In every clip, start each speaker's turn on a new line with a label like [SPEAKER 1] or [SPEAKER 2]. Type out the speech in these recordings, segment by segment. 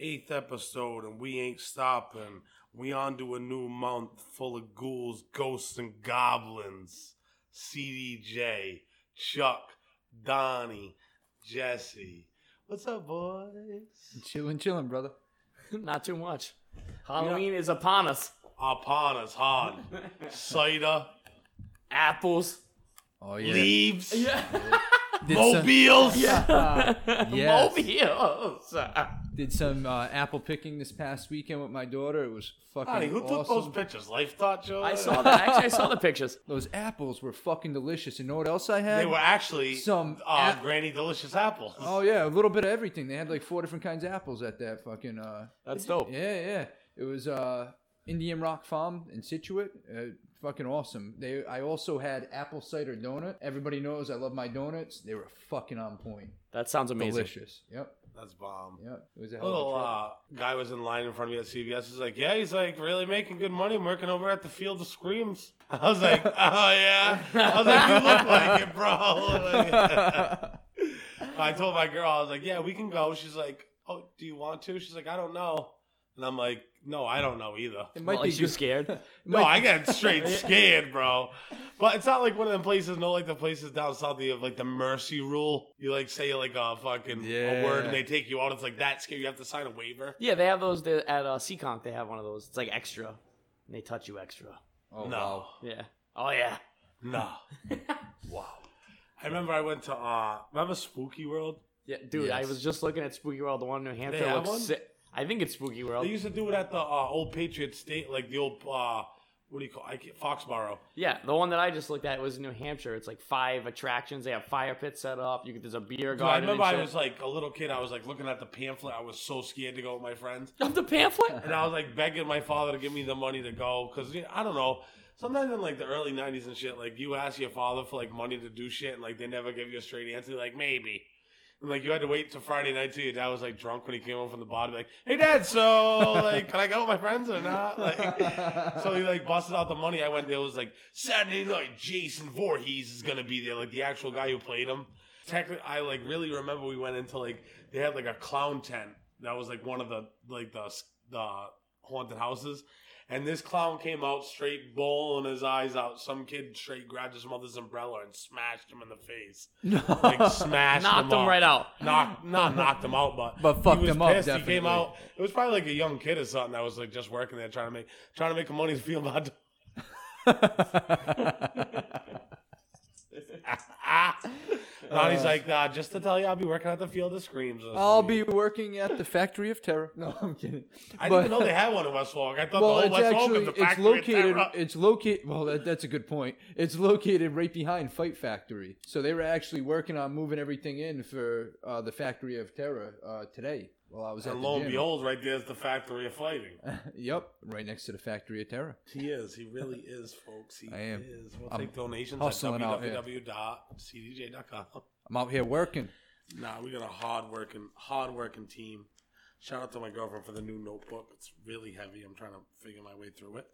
[SPEAKER 1] eighth episode and we ain't stopping. We on to a new month full of ghouls, ghosts, and goblins. CDJ, Chuck, Donnie, Jesse. What's up, boys?
[SPEAKER 2] Chilling, chilling, brother.
[SPEAKER 3] Not too much. Halloween is upon us.
[SPEAKER 1] Upon us, hard. Cider,
[SPEAKER 3] Apples.
[SPEAKER 2] Oh yeah.
[SPEAKER 1] leaves,
[SPEAKER 2] Did some,
[SPEAKER 1] mobiles.
[SPEAKER 2] yes.
[SPEAKER 3] Mobiles.
[SPEAKER 2] Did some uh, apple picking this past weekend with my daughter. It was fucking
[SPEAKER 1] Donnie, who took
[SPEAKER 2] awesome.
[SPEAKER 1] those pictures? Life Thought Joe?
[SPEAKER 3] I saw that. Actually, I saw the pictures.
[SPEAKER 2] Those apples were fucking delicious. You know what else I had?
[SPEAKER 1] They were actually
[SPEAKER 2] Some
[SPEAKER 1] uh,
[SPEAKER 2] app-
[SPEAKER 1] Granny Delicious apples.
[SPEAKER 2] Oh yeah, a little bit of everything. They had like four different kinds of apples at that fucking. Uh,
[SPEAKER 3] That's dope.
[SPEAKER 2] yeah, yeah. It was uh, Indian Rock Farm in Situate. Uh, fucking awesome. They. I also had apple cider donut. Everybody knows I love my donuts. They were fucking on point.
[SPEAKER 3] That sounds amazing.
[SPEAKER 2] Delicious. Yep.
[SPEAKER 1] That's bomb.
[SPEAKER 2] Yep. It was a hell of a
[SPEAKER 1] Little
[SPEAKER 2] trip.
[SPEAKER 1] uh, guy was in line in front of me at CVS. He's like, "Yeah." He's like, "Really making good money. I'm working over at the Field of Screams." I was like, "Oh yeah." I was like, "You look like it, Oh, bro." Like, I told my girl, I was like, "Yeah, we can go." She's like, "Oh, do you want to?" She's like, "I don't know," and I'm like, "No, I don't know either."
[SPEAKER 2] It
[SPEAKER 3] Not
[SPEAKER 2] might be
[SPEAKER 3] like you
[SPEAKER 2] good.
[SPEAKER 3] scared.
[SPEAKER 1] No, I got straight scared, bro. But it's not like one of them places, no, like the places down south that you have like the mercy rule. You like say like a fucking a word
[SPEAKER 2] Yeah.
[SPEAKER 1] and they take you out. It's like that scary. You have to sign a waiver.
[SPEAKER 3] Yeah, they have those there at uh, Seekonk. They have one of those. It's like extra. And they touch you extra.
[SPEAKER 2] Oh,
[SPEAKER 1] no,
[SPEAKER 2] wow.
[SPEAKER 3] Yeah. Oh yeah.
[SPEAKER 1] no. wow. I remember I went to uh remember Spooky World.
[SPEAKER 3] Yeah, dude. I
[SPEAKER 2] Yes.
[SPEAKER 3] was just looking at Spooky World, the one in New Hampshire.
[SPEAKER 1] They have
[SPEAKER 3] looks
[SPEAKER 1] one?
[SPEAKER 3] sick. I think it's Spooky World.
[SPEAKER 1] They used to do it at the uh, old Patriot State, like the old uh what do you call I can't, Foxborough?
[SPEAKER 3] Yeah, the one that I just looked at was in New Hampshire. It's like five attractions. They have fire pits set up. You could, there's a beer
[SPEAKER 1] Dude, I
[SPEAKER 3] garden.
[SPEAKER 1] remember I
[SPEAKER 3] and
[SPEAKER 1] was like a little kid. I was like looking at the pamphlet. I was so scared to go with my friends.
[SPEAKER 3] shit. of the pamphlet.
[SPEAKER 1] And I was like begging my father to give me the money to go because I don't know. Sometimes in like the early '90s and shit, like you ask your father for like money to do shit, and like they never give you a straight answer. Like maybe, and like you had to wait till Friday night till your dad was like drunk when he came home from the bar. To be like, hey dad, so like can I go with my friends or not? Like, so he like busted out the money. I went there it was like Saturday night. Jason Voorhees is gonna be there, like the actual guy who played him. Technically, I like really remember we went into like they had like a clown tent that was like one of the like the the haunted houses. And this clown came out straight, bowling his eyes out. Some kid straight grabbed his mother's umbrella and smashed him in the face. Like smashed
[SPEAKER 3] Knocked them
[SPEAKER 1] him
[SPEAKER 3] right out.
[SPEAKER 1] Knocked, not knocked him out, but
[SPEAKER 2] But
[SPEAKER 1] he
[SPEAKER 2] fucked
[SPEAKER 1] was
[SPEAKER 2] him up,
[SPEAKER 1] pissed. He came
[SPEAKER 2] definitely.
[SPEAKER 1] out. It was probably like a young kid or something that was like just working there, trying to make trying to make him money to feel bad. Ronnie's like, nah, just to tell you, I'll be working at the field of screams. this
[SPEAKER 2] Uh. I'll
[SPEAKER 1] week."
[SPEAKER 2] be working at the factory of terror. No, I'm kidding.
[SPEAKER 1] I
[SPEAKER 2] But-
[SPEAKER 1] didn't know they had one in West Fork. I thought
[SPEAKER 2] Well,
[SPEAKER 1] the
[SPEAKER 2] it's
[SPEAKER 1] whole West Fork
[SPEAKER 2] actually
[SPEAKER 1] was the
[SPEAKER 2] it's
[SPEAKER 1] factory. of
[SPEAKER 2] located
[SPEAKER 1] terror.
[SPEAKER 2] it's located. Well, that, that's a good point. It's located right behind Fight Factory. So they were actually working on moving everything in for uh, the Factory of Terror uh, today. While I was at
[SPEAKER 1] And
[SPEAKER 2] the
[SPEAKER 1] lo and
[SPEAKER 2] gym.
[SPEAKER 1] behold, right there's the factory of fighting.
[SPEAKER 2] yep, right next to the Factory of Terror.
[SPEAKER 1] He is. He really is, folks. He
[SPEAKER 2] I am.
[SPEAKER 1] is. We'll
[SPEAKER 2] I'm
[SPEAKER 1] take donations at
[SPEAKER 2] hustling out here.
[SPEAKER 1] www.cdj.com.
[SPEAKER 2] I'm out here working.
[SPEAKER 1] Nah, we got a hard working, hard working team. Shout out to my girlfriend for the new notebook. It's really heavy. I'm trying to figure my way through it.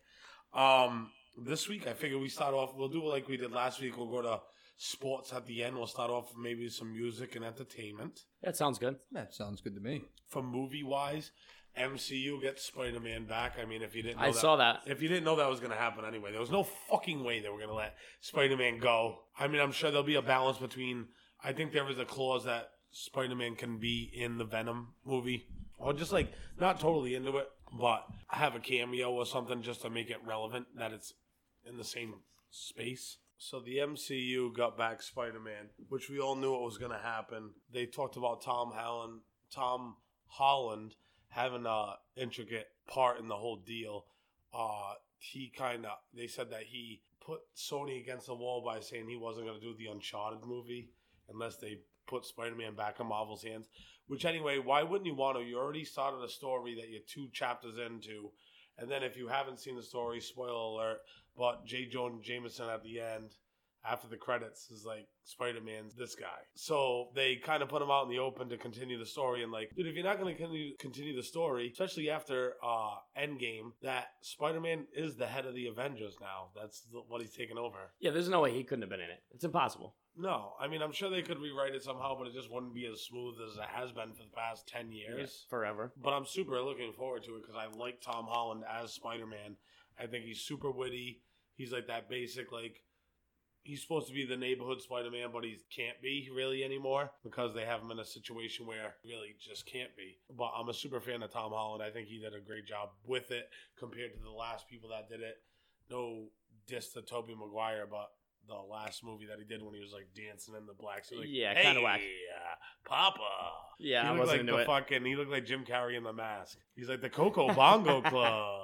[SPEAKER 1] Um, this week I figure we start off. We'll do like we did last week. We'll go to sports at the end. We'll start off with maybe some music and entertainment.
[SPEAKER 3] That sounds good.
[SPEAKER 2] That sounds good to me.
[SPEAKER 1] For movie wise, MCU gets Spider Man back. I mean, if you didn't, know
[SPEAKER 3] I saw that.
[SPEAKER 1] If you didn't know that was going to happen anyway, there was no fucking way they were going to let Spider Man go. I mean, I'm sure there'll be a balance between. I think there was a clause that Spider Man can be in the Venom movie, or just like not totally into it, but have a cameo or something just to make it relevant that it's in the same space. So the MCU got back Spider Man, which we all knew it was going to happen. They talked about Tom Holland, Tom Holland having a intricate part in the whole deal. Uh, he kind of they said that he put Sony against the wall by saying he wasn't going to do the Uncharted movie unless they put Spider Man back in Marvel's hands. Which anyway, why wouldn't you want to? You already started a story that you're two chapters into, and then if you haven't seen the story, spoiler alert. But J. Jonah Jameson at the end after the credits is like Spider Man's this guy. So they kind of put him out in the open to continue the story. And like, dude, if you're not going to continue, continue the story, especially after uh Endgame, that Spider Man is the head of the Avengers now. That's the, what he's taken over.
[SPEAKER 3] Yeah, there's no way he couldn't have been in it. It's impossible.
[SPEAKER 1] No, I mean, I'm sure they could rewrite it somehow, but it just wouldn't be as smooth as it has been for the past 10 years.
[SPEAKER 3] Forever.
[SPEAKER 1] But I'm super looking forward to it because I like Tom Holland as Spider Man. I think he's super witty. He's like that basic, like, he's supposed to be the neighborhood Spider Man, but he can't be really anymore because they have him in a situation where he really just can't be. But I'm a super fan of Tom Holland. I think he did a great job with it compared to the last people that did it. No diss to Tobey Maguire, but the last movie that he did when he was like dancing in the black suit, like,
[SPEAKER 3] Yeah,
[SPEAKER 1] hey,
[SPEAKER 3] kinda whack.
[SPEAKER 1] uh, Papa.
[SPEAKER 3] Yeah,
[SPEAKER 1] He
[SPEAKER 3] I
[SPEAKER 1] looked
[SPEAKER 3] wasn't
[SPEAKER 1] like
[SPEAKER 3] into
[SPEAKER 1] the
[SPEAKER 3] it.
[SPEAKER 1] fucking. He looked like Jim Carrey in the mask. He's like the Coco Bongo Club.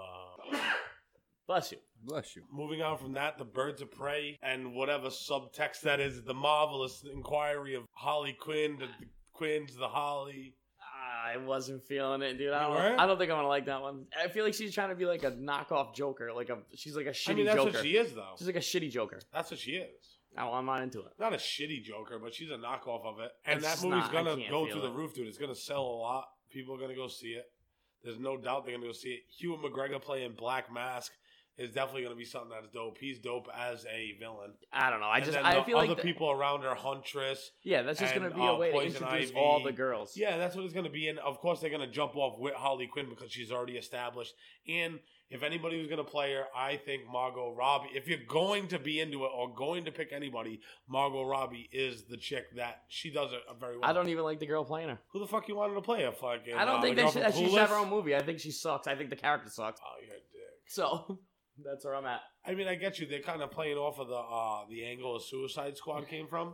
[SPEAKER 3] Bless you.
[SPEAKER 2] Bless you.
[SPEAKER 1] Moving on from that, the Birds of Prey and whatever subtext that is, the marvelous inquiry of Holly Quinn, the, the Quinns, the Holly.
[SPEAKER 3] I wasn't feeling it, dude. I
[SPEAKER 1] You
[SPEAKER 3] don't,
[SPEAKER 1] weren't?
[SPEAKER 3] I don't think I'm gonna like that one. I feel like she's trying to be like a knockoff Joker, like a she's like a shitty
[SPEAKER 1] I mean, that's
[SPEAKER 3] Joker.
[SPEAKER 1] what she is, though.
[SPEAKER 3] She's like a shitty Joker.
[SPEAKER 1] That's what she is.
[SPEAKER 3] No, I'm not into it.
[SPEAKER 1] Not a shitty Joker, but she's a knockoff of it. And
[SPEAKER 3] It's
[SPEAKER 1] that
[SPEAKER 3] just
[SPEAKER 1] movie's
[SPEAKER 3] not- I
[SPEAKER 1] gonna
[SPEAKER 3] can't
[SPEAKER 1] go
[SPEAKER 3] feel
[SPEAKER 1] through the
[SPEAKER 3] it.
[SPEAKER 1] roof, dude. It's gonna sell a lot. People are gonna go see it. There's no doubt they're gonna go see it. Hugh McGregor playing Black Mask is definitely gonna be something that's dope. He's dope as a villain.
[SPEAKER 3] I don't know. I
[SPEAKER 1] and
[SPEAKER 3] just
[SPEAKER 1] then
[SPEAKER 3] I
[SPEAKER 1] the
[SPEAKER 3] feel
[SPEAKER 1] other
[SPEAKER 3] like the-
[SPEAKER 1] people around her, Huntress.
[SPEAKER 3] yeah, that's just
[SPEAKER 1] and,
[SPEAKER 3] gonna be a
[SPEAKER 1] uh,
[SPEAKER 3] way to
[SPEAKER 1] Poison
[SPEAKER 3] introduce
[SPEAKER 1] Ivy.
[SPEAKER 3] all the girls.
[SPEAKER 1] Yeah, that's what it's going to be. And of course, they're going to jump off with Harley Quinn because she's already established. And if anybody was going to play her, I think Margot Robbie. If you're going to be into it or going to pick anybody, Margot Robbie is the chick that she does it very well.
[SPEAKER 3] I don't even like the girl playing her.
[SPEAKER 1] Who the fuck you wanted to play her? Fucking.
[SPEAKER 3] I don't
[SPEAKER 1] uh,
[SPEAKER 3] think
[SPEAKER 1] the
[SPEAKER 3] that
[SPEAKER 1] girl
[SPEAKER 3] she,
[SPEAKER 1] from
[SPEAKER 3] that she should have her
[SPEAKER 1] Clueless?
[SPEAKER 3] own movie. I think she sucks. I think the character sucks.
[SPEAKER 1] Oh, you're a dick.
[SPEAKER 3] So that's where I'm at.
[SPEAKER 1] I mean, I get you. They're kind of playing off of the uh, the angle of Suicide Squad came from,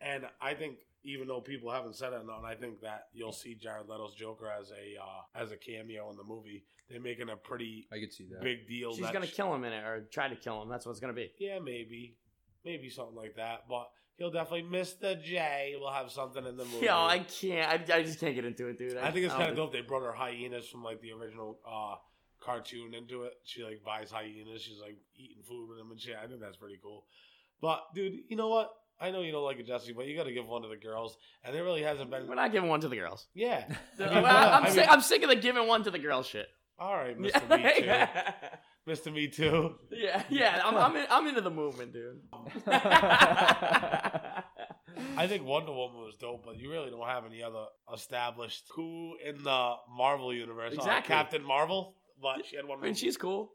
[SPEAKER 1] and I think even though people haven't said it, none, I think that you'll see Jared Leto's Joker as a uh, as a cameo in the movie. They're making a pretty
[SPEAKER 2] I could see that.
[SPEAKER 1] big deal.
[SPEAKER 3] She's
[SPEAKER 1] that
[SPEAKER 3] gonna
[SPEAKER 1] sh-
[SPEAKER 3] kill him in it or try to kill him. That's what it's gonna be.
[SPEAKER 1] Yeah, maybe, maybe something like that. But he'll definitely Mr. J will have something in the movie.
[SPEAKER 3] Yo, I can't. I, I just can't get into it, dude.
[SPEAKER 1] I think it's
[SPEAKER 3] don't
[SPEAKER 1] kind of dope they brought her hyenas from like the original uh, cartoon into it. She like buys hyenas. She's like eating food with them and shit. I think that's pretty cool. But dude, you know what? I know you don't like it, Jesse, but you got to give one to the girls. And there really hasn't been.
[SPEAKER 3] We're not giving one to the girls.
[SPEAKER 1] Yeah.
[SPEAKER 3] Well,
[SPEAKER 1] mean,
[SPEAKER 3] I-
[SPEAKER 1] well,
[SPEAKER 3] I'm,
[SPEAKER 1] I
[SPEAKER 3] sick,
[SPEAKER 1] mean-
[SPEAKER 3] I'm sick of the giving one to the girl shit.
[SPEAKER 1] All right, Mr. Me Too.
[SPEAKER 3] yeah,
[SPEAKER 1] Mr. Me Too.
[SPEAKER 3] yeah. I'm, I'm, in, I'm into the movement, dude.
[SPEAKER 1] I think Wonder Woman was dope, but you really don't have any other established who in the Marvel universe. Uh,
[SPEAKER 3] Exactly.
[SPEAKER 1] Captain Marvel, but she had one.
[SPEAKER 3] I mean,
[SPEAKER 1] movie.
[SPEAKER 3] she's cool.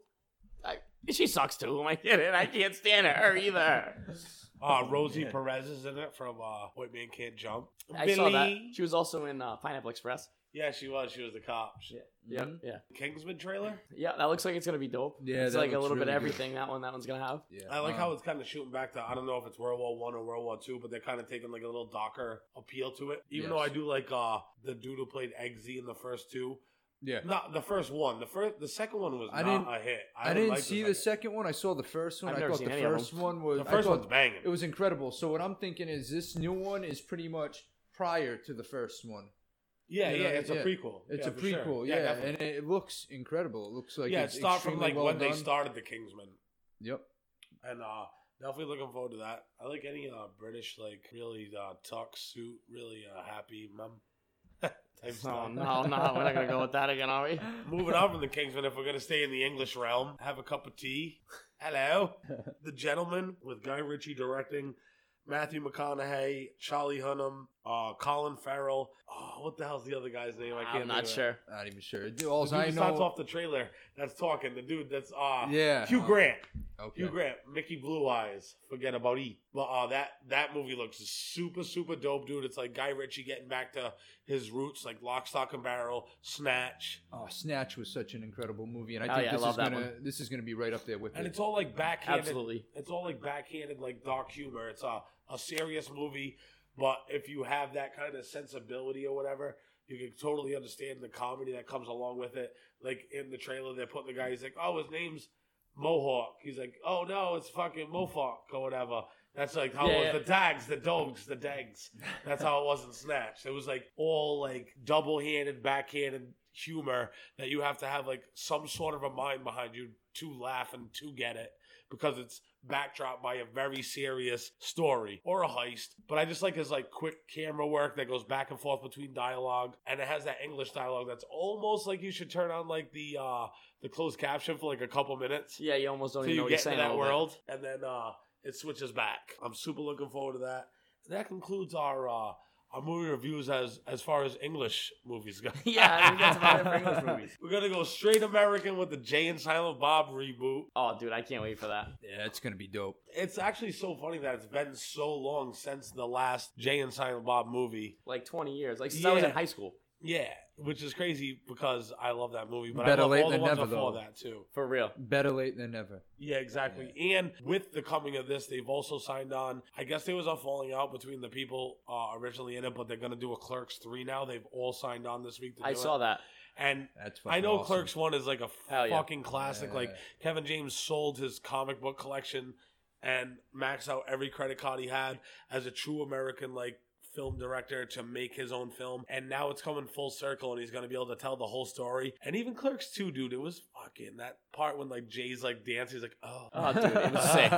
[SPEAKER 3] I, she sucks too. I get it. I can't stand her either.
[SPEAKER 1] uh, Rosie Perez is in it from uh, White Man Can't Jump.
[SPEAKER 3] I saw that. She was also in uh, Pineapple Express.
[SPEAKER 1] Yeah, she was. She was the cop. She-
[SPEAKER 3] Yeah,
[SPEAKER 2] Mhm.
[SPEAKER 3] yeah,
[SPEAKER 1] Kingsman trailer.
[SPEAKER 3] yeah. That looks like it's gonna be dope.
[SPEAKER 2] Yeah,
[SPEAKER 3] it's
[SPEAKER 2] that
[SPEAKER 3] like a
[SPEAKER 2] looks
[SPEAKER 3] little bit
[SPEAKER 2] really
[SPEAKER 3] of
[SPEAKER 2] good.
[SPEAKER 3] everything. That one, that one's gonna have.
[SPEAKER 2] Yeah.
[SPEAKER 1] I like
[SPEAKER 2] Uh,
[SPEAKER 1] how it's kind of shooting back to I don't know if it's World War One or World War Two, but they're kind of taking like a little darker appeal to it. Even
[SPEAKER 2] Yes.
[SPEAKER 1] though I do like uh the dude who played Eggsy in the first two,
[SPEAKER 2] Yeah.
[SPEAKER 1] not the first one. The first, the second one was
[SPEAKER 2] I
[SPEAKER 1] not
[SPEAKER 2] didn't-
[SPEAKER 1] a hit.
[SPEAKER 2] I, didn't
[SPEAKER 1] like
[SPEAKER 2] see the second one. I saw the first one.
[SPEAKER 3] I've
[SPEAKER 2] I
[SPEAKER 3] never
[SPEAKER 2] thought
[SPEAKER 3] seen
[SPEAKER 2] the
[SPEAKER 3] any of
[SPEAKER 2] first
[SPEAKER 3] them.
[SPEAKER 2] one was.
[SPEAKER 1] The
[SPEAKER 2] I
[SPEAKER 1] first
[SPEAKER 2] thought
[SPEAKER 1] one's banging.
[SPEAKER 2] it was incredible. So what I'm thinking is this new one is pretty much prior to the first one.
[SPEAKER 1] yeah,
[SPEAKER 2] you
[SPEAKER 1] yeah,
[SPEAKER 2] know,
[SPEAKER 1] it's
[SPEAKER 2] yeah.
[SPEAKER 1] a prequel.
[SPEAKER 2] It's
[SPEAKER 1] Yeah,
[SPEAKER 2] a
[SPEAKER 1] for sure.
[SPEAKER 2] prequel, yeah,
[SPEAKER 1] definitely.
[SPEAKER 2] and it looks incredible. It looks like
[SPEAKER 1] yeah, it
[SPEAKER 2] it's
[SPEAKER 1] started from
[SPEAKER 2] extremely
[SPEAKER 1] like
[SPEAKER 2] well
[SPEAKER 1] when they
[SPEAKER 2] done.
[SPEAKER 1] started the Kingsman,
[SPEAKER 2] Yep.
[SPEAKER 1] and uh definitely looking forward to that. I like any uh British like really uh tuck suit, really uh happy mum. type
[SPEAKER 3] Oh
[SPEAKER 1] stuff.
[SPEAKER 3] no, no, we're not gonna go with that again, are we?
[SPEAKER 1] Moving on from the Kingsman, if we're going to stay in the English realm, have a cup of tea. Hello. the Gentleman with Guy Ritchie directing, Matthew McConaughey, Charlie Hunnam, uh, Colin Farrell. Oh, what the hell's the other guy's name? I can't
[SPEAKER 3] I'm not
[SPEAKER 1] think of it.
[SPEAKER 3] sure.
[SPEAKER 2] Not even sure. Dude, All
[SPEAKER 1] The dude
[SPEAKER 2] I
[SPEAKER 1] that starts
[SPEAKER 2] know.
[SPEAKER 1] off the trailer that's talking. The dude that's uh,
[SPEAKER 2] yeah.
[SPEAKER 1] Hugh
[SPEAKER 2] uh,
[SPEAKER 1] Grant.
[SPEAKER 2] Okay.
[SPEAKER 1] Hugh Grant, Mickey Blue Eyes, forget about E. But uh, that that movie looks super super dope, dude. It's like Guy Ritchie getting back to his roots, like Lock, Stock, and Barrel, Snatch,
[SPEAKER 2] Oh, Snatch was such an incredible movie, and I
[SPEAKER 3] Oh,
[SPEAKER 2] think
[SPEAKER 3] yeah, I
[SPEAKER 2] this
[SPEAKER 3] love
[SPEAKER 2] is
[SPEAKER 3] that
[SPEAKER 2] gonna this is gonna be right up there with
[SPEAKER 1] and
[SPEAKER 2] it.
[SPEAKER 1] it's all like backhanded.
[SPEAKER 3] Absolutely.
[SPEAKER 1] It's all like backhanded, like dark humor. It's a a serious movie, but if you have that kind of sensibility or whatever, you can totally understand the comedy that comes along with it. Like in the trailer, they're putting the guy. He's like, "Oh, his name's Mohawk." He's like, "Oh no, it's fucking Mohawk or whatever." That's like how
[SPEAKER 3] Yeah,
[SPEAKER 1] it
[SPEAKER 3] yeah.
[SPEAKER 1] was the dags, the dogs, the dags. That's how it was in Snatch. It was like all like double handed, backhanded humor that you have to have like some sort of a mind behind you to laugh and to get it. because it's backdropped by a very serious story or a heist. But I just like his like quick camera work that goes back and forth between dialogue, and it has that English dialogue that's almost like you should turn on like the uh the closed caption for like a couple minutes
[SPEAKER 3] Yeah, you almost don't
[SPEAKER 1] so
[SPEAKER 3] even know
[SPEAKER 1] you
[SPEAKER 3] what you're
[SPEAKER 1] get into
[SPEAKER 3] saying. a
[SPEAKER 1] that
[SPEAKER 3] little bit.
[SPEAKER 1] world, and then uh it switches back. I'm super looking forward to that. that concludes our uh our movie reviews as as far as English movies go.
[SPEAKER 3] yeah, I think that's about it for English movies.
[SPEAKER 1] We're gonna go straight American with the Jay and Silent Bob reboot.
[SPEAKER 3] Oh, dude, I can't wait for that.
[SPEAKER 2] Yeah, it's gonna be dope.
[SPEAKER 1] It's actually so funny that it's been so long since the last Jay and Silent Bob movie.
[SPEAKER 3] Like 20 years, like since I was
[SPEAKER 1] Yeah.
[SPEAKER 3] in high school,
[SPEAKER 1] Yeah, which is crazy because I love that movie, but
[SPEAKER 2] Better
[SPEAKER 1] I love
[SPEAKER 2] late
[SPEAKER 1] all the
[SPEAKER 2] than
[SPEAKER 1] ones
[SPEAKER 2] never,
[SPEAKER 1] before
[SPEAKER 2] though.
[SPEAKER 1] that too.
[SPEAKER 3] for real.
[SPEAKER 2] Better late than never.
[SPEAKER 1] Yeah, exactly. And with the coming of this, they've also signed on. I guess there was a falling out between the people uh, originally in it, but they're going to do a Clerks three now. They've all signed on this week. To
[SPEAKER 3] I
[SPEAKER 1] do
[SPEAKER 3] saw
[SPEAKER 1] it.
[SPEAKER 3] that.
[SPEAKER 1] and
[SPEAKER 2] That's fucking
[SPEAKER 1] I know
[SPEAKER 2] awesome.
[SPEAKER 1] Clerks one is like a
[SPEAKER 3] Hell yeah.
[SPEAKER 1] fucking classic. Like
[SPEAKER 2] Yeah.
[SPEAKER 1] Kevin James sold his comic book collection and maxed out every credit card he had as a true American like film director to make his own film. And now it's coming full circle and he's gonna be able to tell the whole story. And even Clerks 2, dude, it was fucking that part when like Jay's like dancing, he's like, oh,
[SPEAKER 3] Oh, dude, it was sick.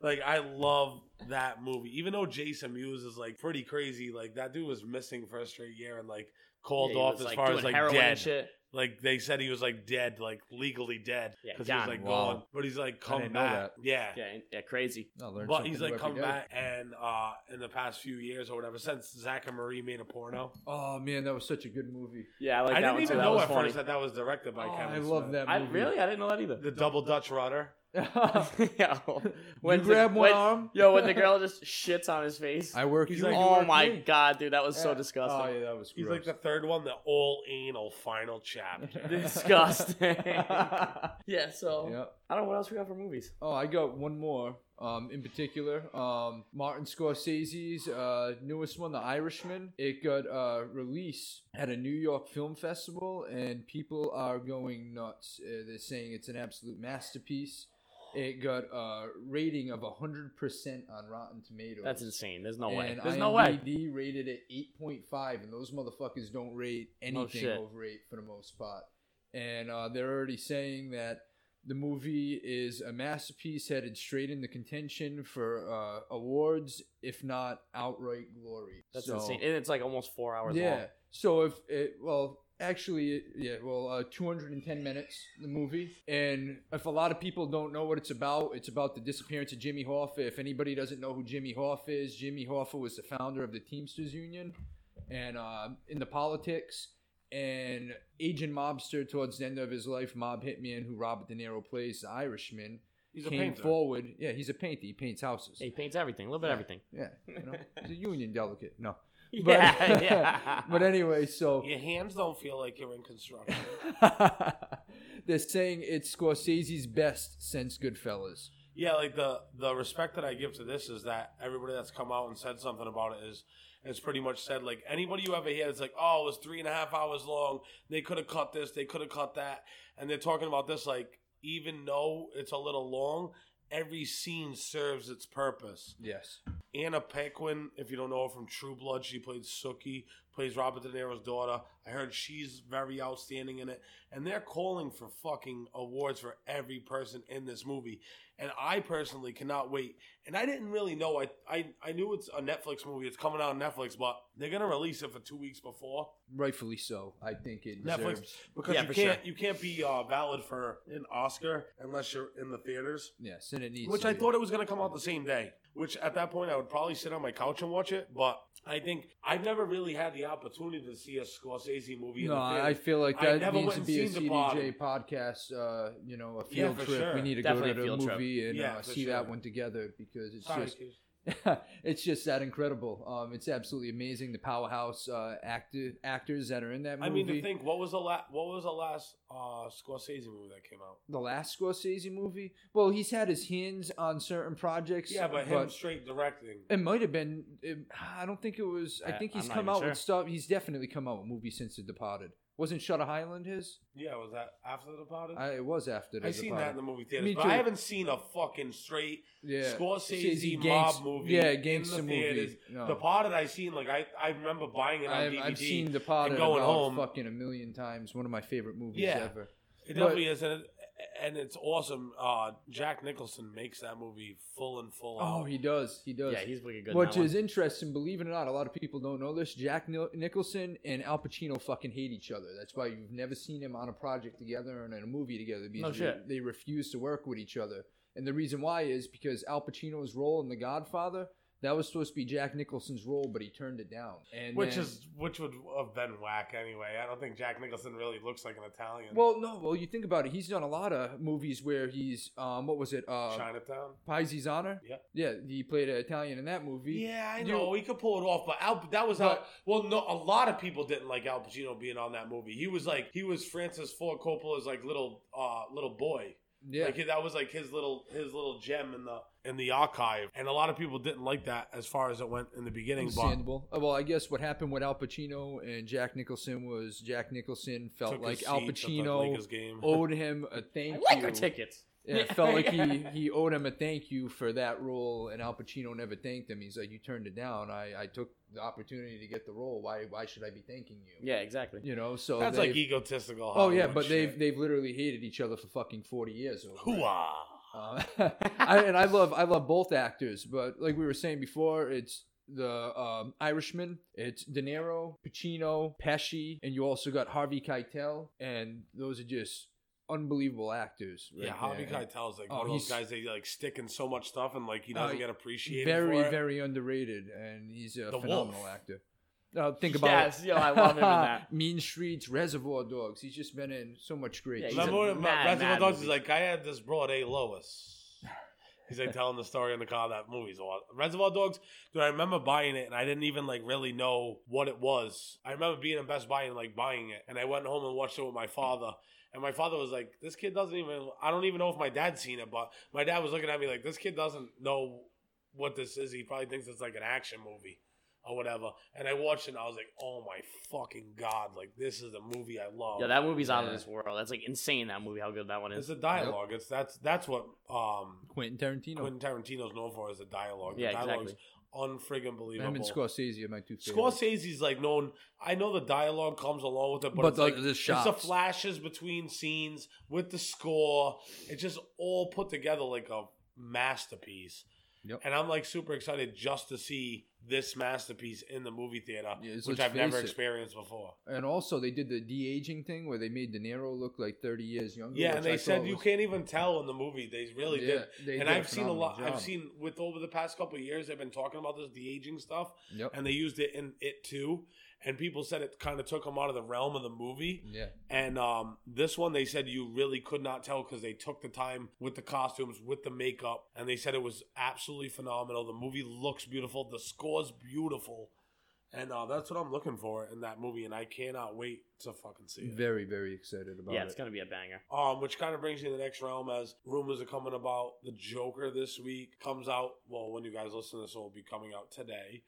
[SPEAKER 1] like I love that movie. Even though Jason Mewes is like pretty crazy, like that dude was missing for a straight year and like called
[SPEAKER 3] Yeah, he
[SPEAKER 1] off
[SPEAKER 3] was,
[SPEAKER 1] as
[SPEAKER 3] like,
[SPEAKER 1] far
[SPEAKER 3] doing
[SPEAKER 1] as like
[SPEAKER 3] heroin and
[SPEAKER 1] dead.
[SPEAKER 3] shit.
[SPEAKER 1] Like they said he was like dead, like legally dead.
[SPEAKER 3] Yeah,
[SPEAKER 1] Because he was
[SPEAKER 3] gone.
[SPEAKER 1] like
[SPEAKER 2] Wow.
[SPEAKER 1] gone. But he's like
[SPEAKER 2] I
[SPEAKER 1] come
[SPEAKER 2] didn't know
[SPEAKER 1] back. Yeah.
[SPEAKER 3] Yeah, yeah, crazy.
[SPEAKER 2] I learned
[SPEAKER 1] But
[SPEAKER 2] something
[SPEAKER 1] he's
[SPEAKER 2] new
[SPEAKER 1] like
[SPEAKER 2] every
[SPEAKER 1] come
[SPEAKER 2] day.
[SPEAKER 1] back and uh in the past few years or whatever, since Zach and Marie made a porno.
[SPEAKER 2] Oh man, that was such a good movie.
[SPEAKER 3] Yeah, I like
[SPEAKER 1] I
[SPEAKER 3] that
[SPEAKER 1] didn't
[SPEAKER 3] one
[SPEAKER 1] even
[SPEAKER 3] too.
[SPEAKER 1] know
[SPEAKER 3] that was
[SPEAKER 1] at
[SPEAKER 3] funny.
[SPEAKER 1] first that that was directed by
[SPEAKER 2] Oh,
[SPEAKER 1] Kevin.
[SPEAKER 2] I love
[SPEAKER 1] Smith.
[SPEAKER 2] that
[SPEAKER 3] I
[SPEAKER 2] movie.
[SPEAKER 3] really, I didn't know that either.
[SPEAKER 1] The double Dutch rudder.
[SPEAKER 3] yeah.
[SPEAKER 2] you grab
[SPEAKER 3] the,
[SPEAKER 2] one
[SPEAKER 3] when-
[SPEAKER 2] arm.
[SPEAKER 3] Yo, when the girl just shits on his face.
[SPEAKER 2] I work.
[SPEAKER 1] He's
[SPEAKER 2] you,
[SPEAKER 1] like,
[SPEAKER 2] you
[SPEAKER 3] oh
[SPEAKER 2] work
[SPEAKER 3] my
[SPEAKER 2] me.
[SPEAKER 3] god, dude, that was so
[SPEAKER 2] Yeah.
[SPEAKER 3] disgusting.
[SPEAKER 2] Oh yeah, that was.
[SPEAKER 1] He's like
[SPEAKER 2] Gross.
[SPEAKER 1] the third one, the all anal final chapter.
[SPEAKER 3] Disgusting. yeah, so
[SPEAKER 2] yeah.
[SPEAKER 3] I don't know what else we got for movies.
[SPEAKER 2] Oh, I got one more. Um, in particular, um, Martin Scorsese's uh, newest one, The Irishman. It got uh, released at a New York film festival, and people are going nuts. Uh, they're saying it's an absolute masterpiece. It got a rating of 100% on Rotten Tomatoes.
[SPEAKER 3] That's insane. There's no way.
[SPEAKER 2] and
[SPEAKER 3] There's
[SPEAKER 2] IMDb
[SPEAKER 3] no way.
[SPEAKER 2] rated at 8.5, and those motherfuckers don't rate anything
[SPEAKER 3] shit.
[SPEAKER 2] over 8 for the most part. And uh, they're already saying that the movie is a masterpiece headed straight into contention for uh, awards, if not outright glory.
[SPEAKER 3] That's
[SPEAKER 2] So-
[SPEAKER 3] insane. And it's like almost four hours
[SPEAKER 2] yeah.
[SPEAKER 3] long.
[SPEAKER 2] So if it, well, actually, it- yeah, well, uh, 210 minutes the movie, and if a lot of people don't know what it's about, it's about the disappearance of Jimmy Hoffa. If anybody doesn't know who Jimmy Hoffa is, Jimmy Hoffa was the founder of the Teamsters Union, and uh, in the politics. And agent mobster towards the end of his life, mob hitman who Robert De Niro plays, the Irishman,
[SPEAKER 1] He's a
[SPEAKER 2] came
[SPEAKER 1] painter.
[SPEAKER 2] forward. Yeah, he's a painter. He paints houses.
[SPEAKER 3] He paints everything, a little bit of everything.
[SPEAKER 2] Yeah, you know, he's a union delegate. No, But-
[SPEAKER 3] Yeah, yeah.
[SPEAKER 2] but anyway, so
[SPEAKER 1] Your hands don't feel like you're in construction.
[SPEAKER 2] They're saying it's Scorsese's best since Goodfellas.
[SPEAKER 1] yeah, like the the respect that I give to this is that everybody that's come out and said something about it is has pretty much said like anybody you ever hear that's like, oh, it was three and a half hours long. They could have cut this. They could have cut that. And they're talking about this like even though it's a little long, every scene serves its purpose.
[SPEAKER 2] Yes.
[SPEAKER 1] Anna Paquin, if you don't know her from True Blood, she played Sookie, plays Robert De Niro's daughter. I heard she's very outstanding in it. And they're calling for fucking awards for every person in this movie. And I personally cannot wait. And I didn't really know. I, I, I knew it's a Netflix movie. It's coming out on Netflix, but they're going to release it for two weeks before.
[SPEAKER 2] Rightfully so. I think it
[SPEAKER 1] Netflix.
[SPEAKER 2] deserves.
[SPEAKER 1] Because
[SPEAKER 3] Yeah,
[SPEAKER 1] you,
[SPEAKER 3] for
[SPEAKER 1] can't,
[SPEAKER 3] sure.
[SPEAKER 1] you can't be uh, valid for an Oscar unless you're in the theaters.
[SPEAKER 2] Yes, and it needs.
[SPEAKER 1] Which
[SPEAKER 2] to
[SPEAKER 1] I
[SPEAKER 2] be.
[SPEAKER 1] thought it was going to come out the same day. Which at that point I would probably sit on my couch and watch it, but I think I've never really had the opportunity to see a Scorsese movie.
[SPEAKER 2] No,
[SPEAKER 1] in the
[SPEAKER 2] I
[SPEAKER 1] theater.
[SPEAKER 2] feel like
[SPEAKER 1] I
[SPEAKER 2] that
[SPEAKER 1] never
[SPEAKER 2] needs
[SPEAKER 1] went
[SPEAKER 2] to
[SPEAKER 1] and
[SPEAKER 2] be a
[SPEAKER 1] seen the pod.
[SPEAKER 2] CDJ podcast. Uh, you know, a
[SPEAKER 1] Yeah,
[SPEAKER 2] field
[SPEAKER 1] for
[SPEAKER 2] trip.
[SPEAKER 1] sure.
[SPEAKER 2] We need to
[SPEAKER 3] Definitely a
[SPEAKER 2] go to the
[SPEAKER 3] field trip.
[SPEAKER 2] movie and
[SPEAKER 1] Yeah,
[SPEAKER 2] uh,
[SPEAKER 1] for
[SPEAKER 2] see that
[SPEAKER 1] sure.
[SPEAKER 2] one together because it's
[SPEAKER 1] Sorry,
[SPEAKER 2] just
[SPEAKER 1] excuse-
[SPEAKER 2] it's just that incredible. Um, it's absolutely amazing the powerhouse uh, actor actors that are in that movie.
[SPEAKER 1] I mean to think what was the last what was the last uh, Scorsese movie that came out?
[SPEAKER 2] the last Scorsese movie. Well, he's had his hands on certain projects.
[SPEAKER 1] Yeah, but him straight directing.
[SPEAKER 2] It might have been. It, I don't think it was. I
[SPEAKER 3] I-
[SPEAKER 2] think
[SPEAKER 3] I'm
[SPEAKER 2] he's
[SPEAKER 3] not
[SPEAKER 2] come
[SPEAKER 3] even
[SPEAKER 2] out
[SPEAKER 3] sure.
[SPEAKER 2] with stuff. He's definitely come out with movies since The Departed. Wasn't Shutter Island his?
[SPEAKER 1] Yeah, was that after the Departed? I,
[SPEAKER 2] I, it was after The
[SPEAKER 1] I seen that in
[SPEAKER 2] Departed.
[SPEAKER 1] the movie theaters,
[SPEAKER 2] Me
[SPEAKER 1] but
[SPEAKER 2] too.
[SPEAKER 1] I haven't seen a fucking straight
[SPEAKER 2] yeah,
[SPEAKER 1] Scorsese
[SPEAKER 2] Scorsese
[SPEAKER 1] mob
[SPEAKER 2] gangs-
[SPEAKER 1] movie.
[SPEAKER 2] Yeah,
[SPEAKER 1] in the
[SPEAKER 2] gangster movie.
[SPEAKER 1] theaters.
[SPEAKER 2] No.
[SPEAKER 1] Departed, I seen like I, I remember buying it on
[SPEAKER 2] I've,
[SPEAKER 1] DVD.
[SPEAKER 2] I've seen Departed
[SPEAKER 1] and going
[SPEAKER 2] about
[SPEAKER 1] home.
[SPEAKER 2] fucking a million times. One of my favorite movies
[SPEAKER 1] Yeah.
[SPEAKER 2] ever.
[SPEAKER 1] It definitely is, and it, and it's awesome. Uh, Jack Nicholson makes that movie full and full.
[SPEAKER 2] Oh,
[SPEAKER 1] out.
[SPEAKER 2] he does. He does.
[SPEAKER 3] Yeah, he's looking good. in
[SPEAKER 2] Which
[SPEAKER 3] that one.
[SPEAKER 2] is interesting, believe it or not, a lot of people don't know this. Jack Nil- Nicholson and Al Pacino fucking hate each other. That's why you've never seen them on a project together and in a movie together because
[SPEAKER 3] No shit.
[SPEAKER 2] They, they refuse to work with each other. And the reason why is because Al Pacino's role in The Godfather that was supposed to be Jack Nicholson's role, but he turned it down. And
[SPEAKER 1] which
[SPEAKER 2] then-
[SPEAKER 1] is which would have been whack anyway. I don't think Jack Nicholson really looks like an Italian.
[SPEAKER 2] well, no. Well, you think about it. He's done a lot of movies where he's um, what was it? Uh,
[SPEAKER 1] Chinatown.
[SPEAKER 2] Paizi's Honor.
[SPEAKER 1] Yep.
[SPEAKER 2] Yeah, he played an Italian in that movie.
[SPEAKER 1] Yeah, I
[SPEAKER 2] you-
[SPEAKER 1] know he could pull it off, but Al, that was how.
[SPEAKER 2] But-
[SPEAKER 1] Well, no, a lot of people didn't like Al Pacino being on that movie. He was like he was Francis Ford Coppola's like little uh little boy.
[SPEAKER 2] Yeah.
[SPEAKER 1] Like that was like his little his little gem in the in the archive, and a lot of people didn't like that as far as it went in the beginning. But
[SPEAKER 2] Understandable. Uh, Well, I guess what happened with Al Pacino and Jack Nicholson was Jack Nicholson felt
[SPEAKER 1] took a
[SPEAKER 2] like
[SPEAKER 1] seat
[SPEAKER 2] Al
[SPEAKER 1] at the
[SPEAKER 2] Pacino
[SPEAKER 1] Lakers game.
[SPEAKER 2] owed him a thank
[SPEAKER 3] I
[SPEAKER 2] you.
[SPEAKER 3] like our tickets.
[SPEAKER 2] Yeah, it felt like he, he owed him a thank you for that role, and Al Pacino never thanked him. He's like, "You turned it down. I, I took the opportunity to get the role. Why why should I be thanking you?"
[SPEAKER 3] Yeah, exactly.
[SPEAKER 2] You know. So
[SPEAKER 1] That's
[SPEAKER 2] they've-
[SPEAKER 1] like egotistical.
[SPEAKER 2] oh yeah,
[SPEAKER 1] Hollywood
[SPEAKER 2] but
[SPEAKER 1] shit.
[SPEAKER 2] they've they've literally hated each other for fucking forty years. over it.
[SPEAKER 1] Hooah.
[SPEAKER 2] Uh, I, and I love I love both actors, but like we were saying before, it's the um, Irishman, it's De Niro, Pacino, Pesci, and you also got Harvey Keitel, and those are just unbelievable actors.
[SPEAKER 1] Yeah,
[SPEAKER 2] right
[SPEAKER 1] Harvey
[SPEAKER 2] there.
[SPEAKER 1] Keitel is like
[SPEAKER 2] Oh,
[SPEAKER 1] one of those
[SPEAKER 2] he's-
[SPEAKER 1] guys that like stick in so much stuff and like he
[SPEAKER 2] Oh,
[SPEAKER 1] doesn't
[SPEAKER 2] he-
[SPEAKER 1] get appreciated.
[SPEAKER 2] Very
[SPEAKER 1] for it.
[SPEAKER 2] very underrated, and he's a
[SPEAKER 1] The
[SPEAKER 2] phenomenal
[SPEAKER 1] Wolf.
[SPEAKER 2] actor. Uh, think about
[SPEAKER 3] Yes, yo, I love him in that.
[SPEAKER 2] mean Streets, Reservoir Dogs. He's just been in so much great.
[SPEAKER 3] Yeah, he's
[SPEAKER 2] shit.
[SPEAKER 1] Remember when
[SPEAKER 3] mad,
[SPEAKER 1] Reservoir
[SPEAKER 3] mad
[SPEAKER 1] Dogs is
[SPEAKER 3] movie.
[SPEAKER 1] like, I had this broad A Lois. He's like telling the story in the car. That movie's a lot. Reservoir Dogs, dude. I remember buying it, and I didn't even like really know what it was. I remember being in Best Buy and like buying it, and I went home and watched it with my father. And my father was like, "This kid doesn't even. I don't even know if my dad's seen it, but my dad was looking at me like, this kid doesn't know what this is. He probably thinks it's like an action movie." Or whatever, and I watched it. and I was like, "Oh my fucking god! Like this is the movie I love."
[SPEAKER 3] Yeah, that movie's out of
[SPEAKER 2] Yeah.
[SPEAKER 3] this world. That's like insane. That movie, how good that one
[SPEAKER 1] It's
[SPEAKER 3] is.
[SPEAKER 1] the dialogue. It's that's that's what um
[SPEAKER 2] Quentin Tarantino.
[SPEAKER 1] Quentin Tarantino's known for is the dialogue. The
[SPEAKER 3] Yeah,
[SPEAKER 1] dialogue's
[SPEAKER 3] exactly.
[SPEAKER 1] unfriggin'
[SPEAKER 2] Him and
[SPEAKER 1] believable.
[SPEAKER 2] Scorsese are my two favorites.
[SPEAKER 1] Scorsese's like known. I know the dialogue comes along with it, but,
[SPEAKER 2] But
[SPEAKER 1] it's
[SPEAKER 2] the-
[SPEAKER 1] like
[SPEAKER 2] the
[SPEAKER 1] it's the
[SPEAKER 2] shots.
[SPEAKER 1] flashes between scenes with the score. It's just all put together like a masterpiece.
[SPEAKER 2] Yep.
[SPEAKER 1] And I'm like super excited just to see this masterpiece in the movie theater,
[SPEAKER 2] Yeah, it's-
[SPEAKER 1] which
[SPEAKER 2] let's
[SPEAKER 1] I've never
[SPEAKER 2] face it.
[SPEAKER 1] experienced before.
[SPEAKER 2] And also, they did the de aging thing where they made De Niro look like 30 years younger.
[SPEAKER 1] Yeah,
[SPEAKER 2] which
[SPEAKER 1] and
[SPEAKER 2] I
[SPEAKER 1] they
[SPEAKER 2] thought
[SPEAKER 1] said you
[SPEAKER 2] was-
[SPEAKER 1] can't even tell in the movie. They really
[SPEAKER 2] Yeah,
[SPEAKER 1] did.
[SPEAKER 2] they
[SPEAKER 1] and
[SPEAKER 2] did a
[SPEAKER 1] I've seen a lot.
[SPEAKER 2] phenomenal
[SPEAKER 1] I've
[SPEAKER 2] job.
[SPEAKER 1] seen with over the past couple of years, they've been talking about this de aging stuff,
[SPEAKER 2] Yep.
[SPEAKER 1] and they used it in it too. And people said it kind of took them out of the realm of the movie.
[SPEAKER 2] yeah.
[SPEAKER 1] And um, this one, they said you really could not tell because they took the time with the costumes, with the makeup, and they said it was absolutely phenomenal. The movie looks beautiful. The score's beautiful. And uh, that's what I'm looking for in that movie, and I cannot wait to fucking see it.
[SPEAKER 2] Very, very excited about
[SPEAKER 3] yeah,
[SPEAKER 2] it.
[SPEAKER 3] it's gonna be a banger.
[SPEAKER 1] Um, which kind of brings me to the next realm as rumors are coming about the Joker this week comes out. Well, when you guys listen to this, it will be coming out today.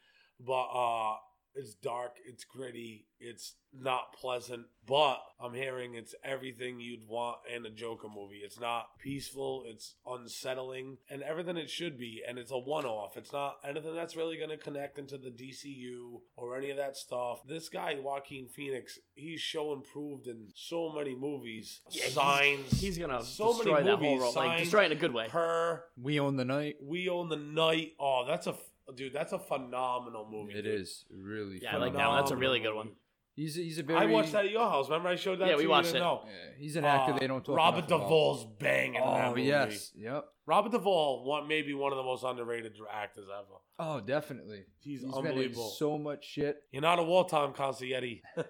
[SPEAKER 1] But uh, it's dark, it's gritty, it's not pleasant. But I'm hearing it's everything you'd want in a Joker movie. It's not peaceful, it's unsettling, and everything it should be. And it's a one-off. It's not anything that's really going to connect into the DCU or any of that stuff. This guy Joaquin Phoenix, he's so improved in so many movies.
[SPEAKER 3] Yeah, he's-
[SPEAKER 1] Signs.
[SPEAKER 3] He's gonna
[SPEAKER 1] so
[SPEAKER 3] destroy
[SPEAKER 1] many
[SPEAKER 3] that
[SPEAKER 1] movies.
[SPEAKER 3] whole role, like
[SPEAKER 1] Signs,
[SPEAKER 3] destroy it in a good way.
[SPEAKER 1] her.
[SPEAKER 2] we own the night.
[SPEAKER 1] We own the night. Oh, that's a f- dude. That's a phenomenal movie.
[SPEAKER 2] It
[SPEAKER 1] dude.
[SPEAKER 2] is really.
[SPEAKER 3] Yeah, I like that one. That's a really good one.
[SPEAKER 2] He's a, he's a very.
[SPEAKER 1] I watched that at your house. Remember, I showed that.
[SPEAKER 3] Yeah,
[SPEAKER 1] to
[SPEAKER 3] we
[SPEAKER 1] you?
[SPEAKER 3] watched
[SPEAKER 1] You didn't
[SPEAKER 3] it.
[SPEAKER 1] know.
[SPEAKER 2] Yeah, he's an actor
[SPEAKER 1] Uh,
[SPEAKER 2] they don't talk
[SPEAKER 1] Robert
[SPEAKER 2] enough about.
[SPEAKER 1] Duvall's banging. in that
[SPEAKER 2] Oh
[SPEAKER 1] movie.
[SPEAKER 2] yes, yep.
[SPEAKER 1] Robert Duvall, one maybe one of the most underrated actors ever.
[SPEAKER 2] Oh, definitely.
[SPEAKER 1] He's,
[SPEAKER 2] He's been in
[SPEAKER 1] unbelievable.
[SPEAKER 2] so much shit.
[SPEAKER 1] You're not a wartime Consiglietti.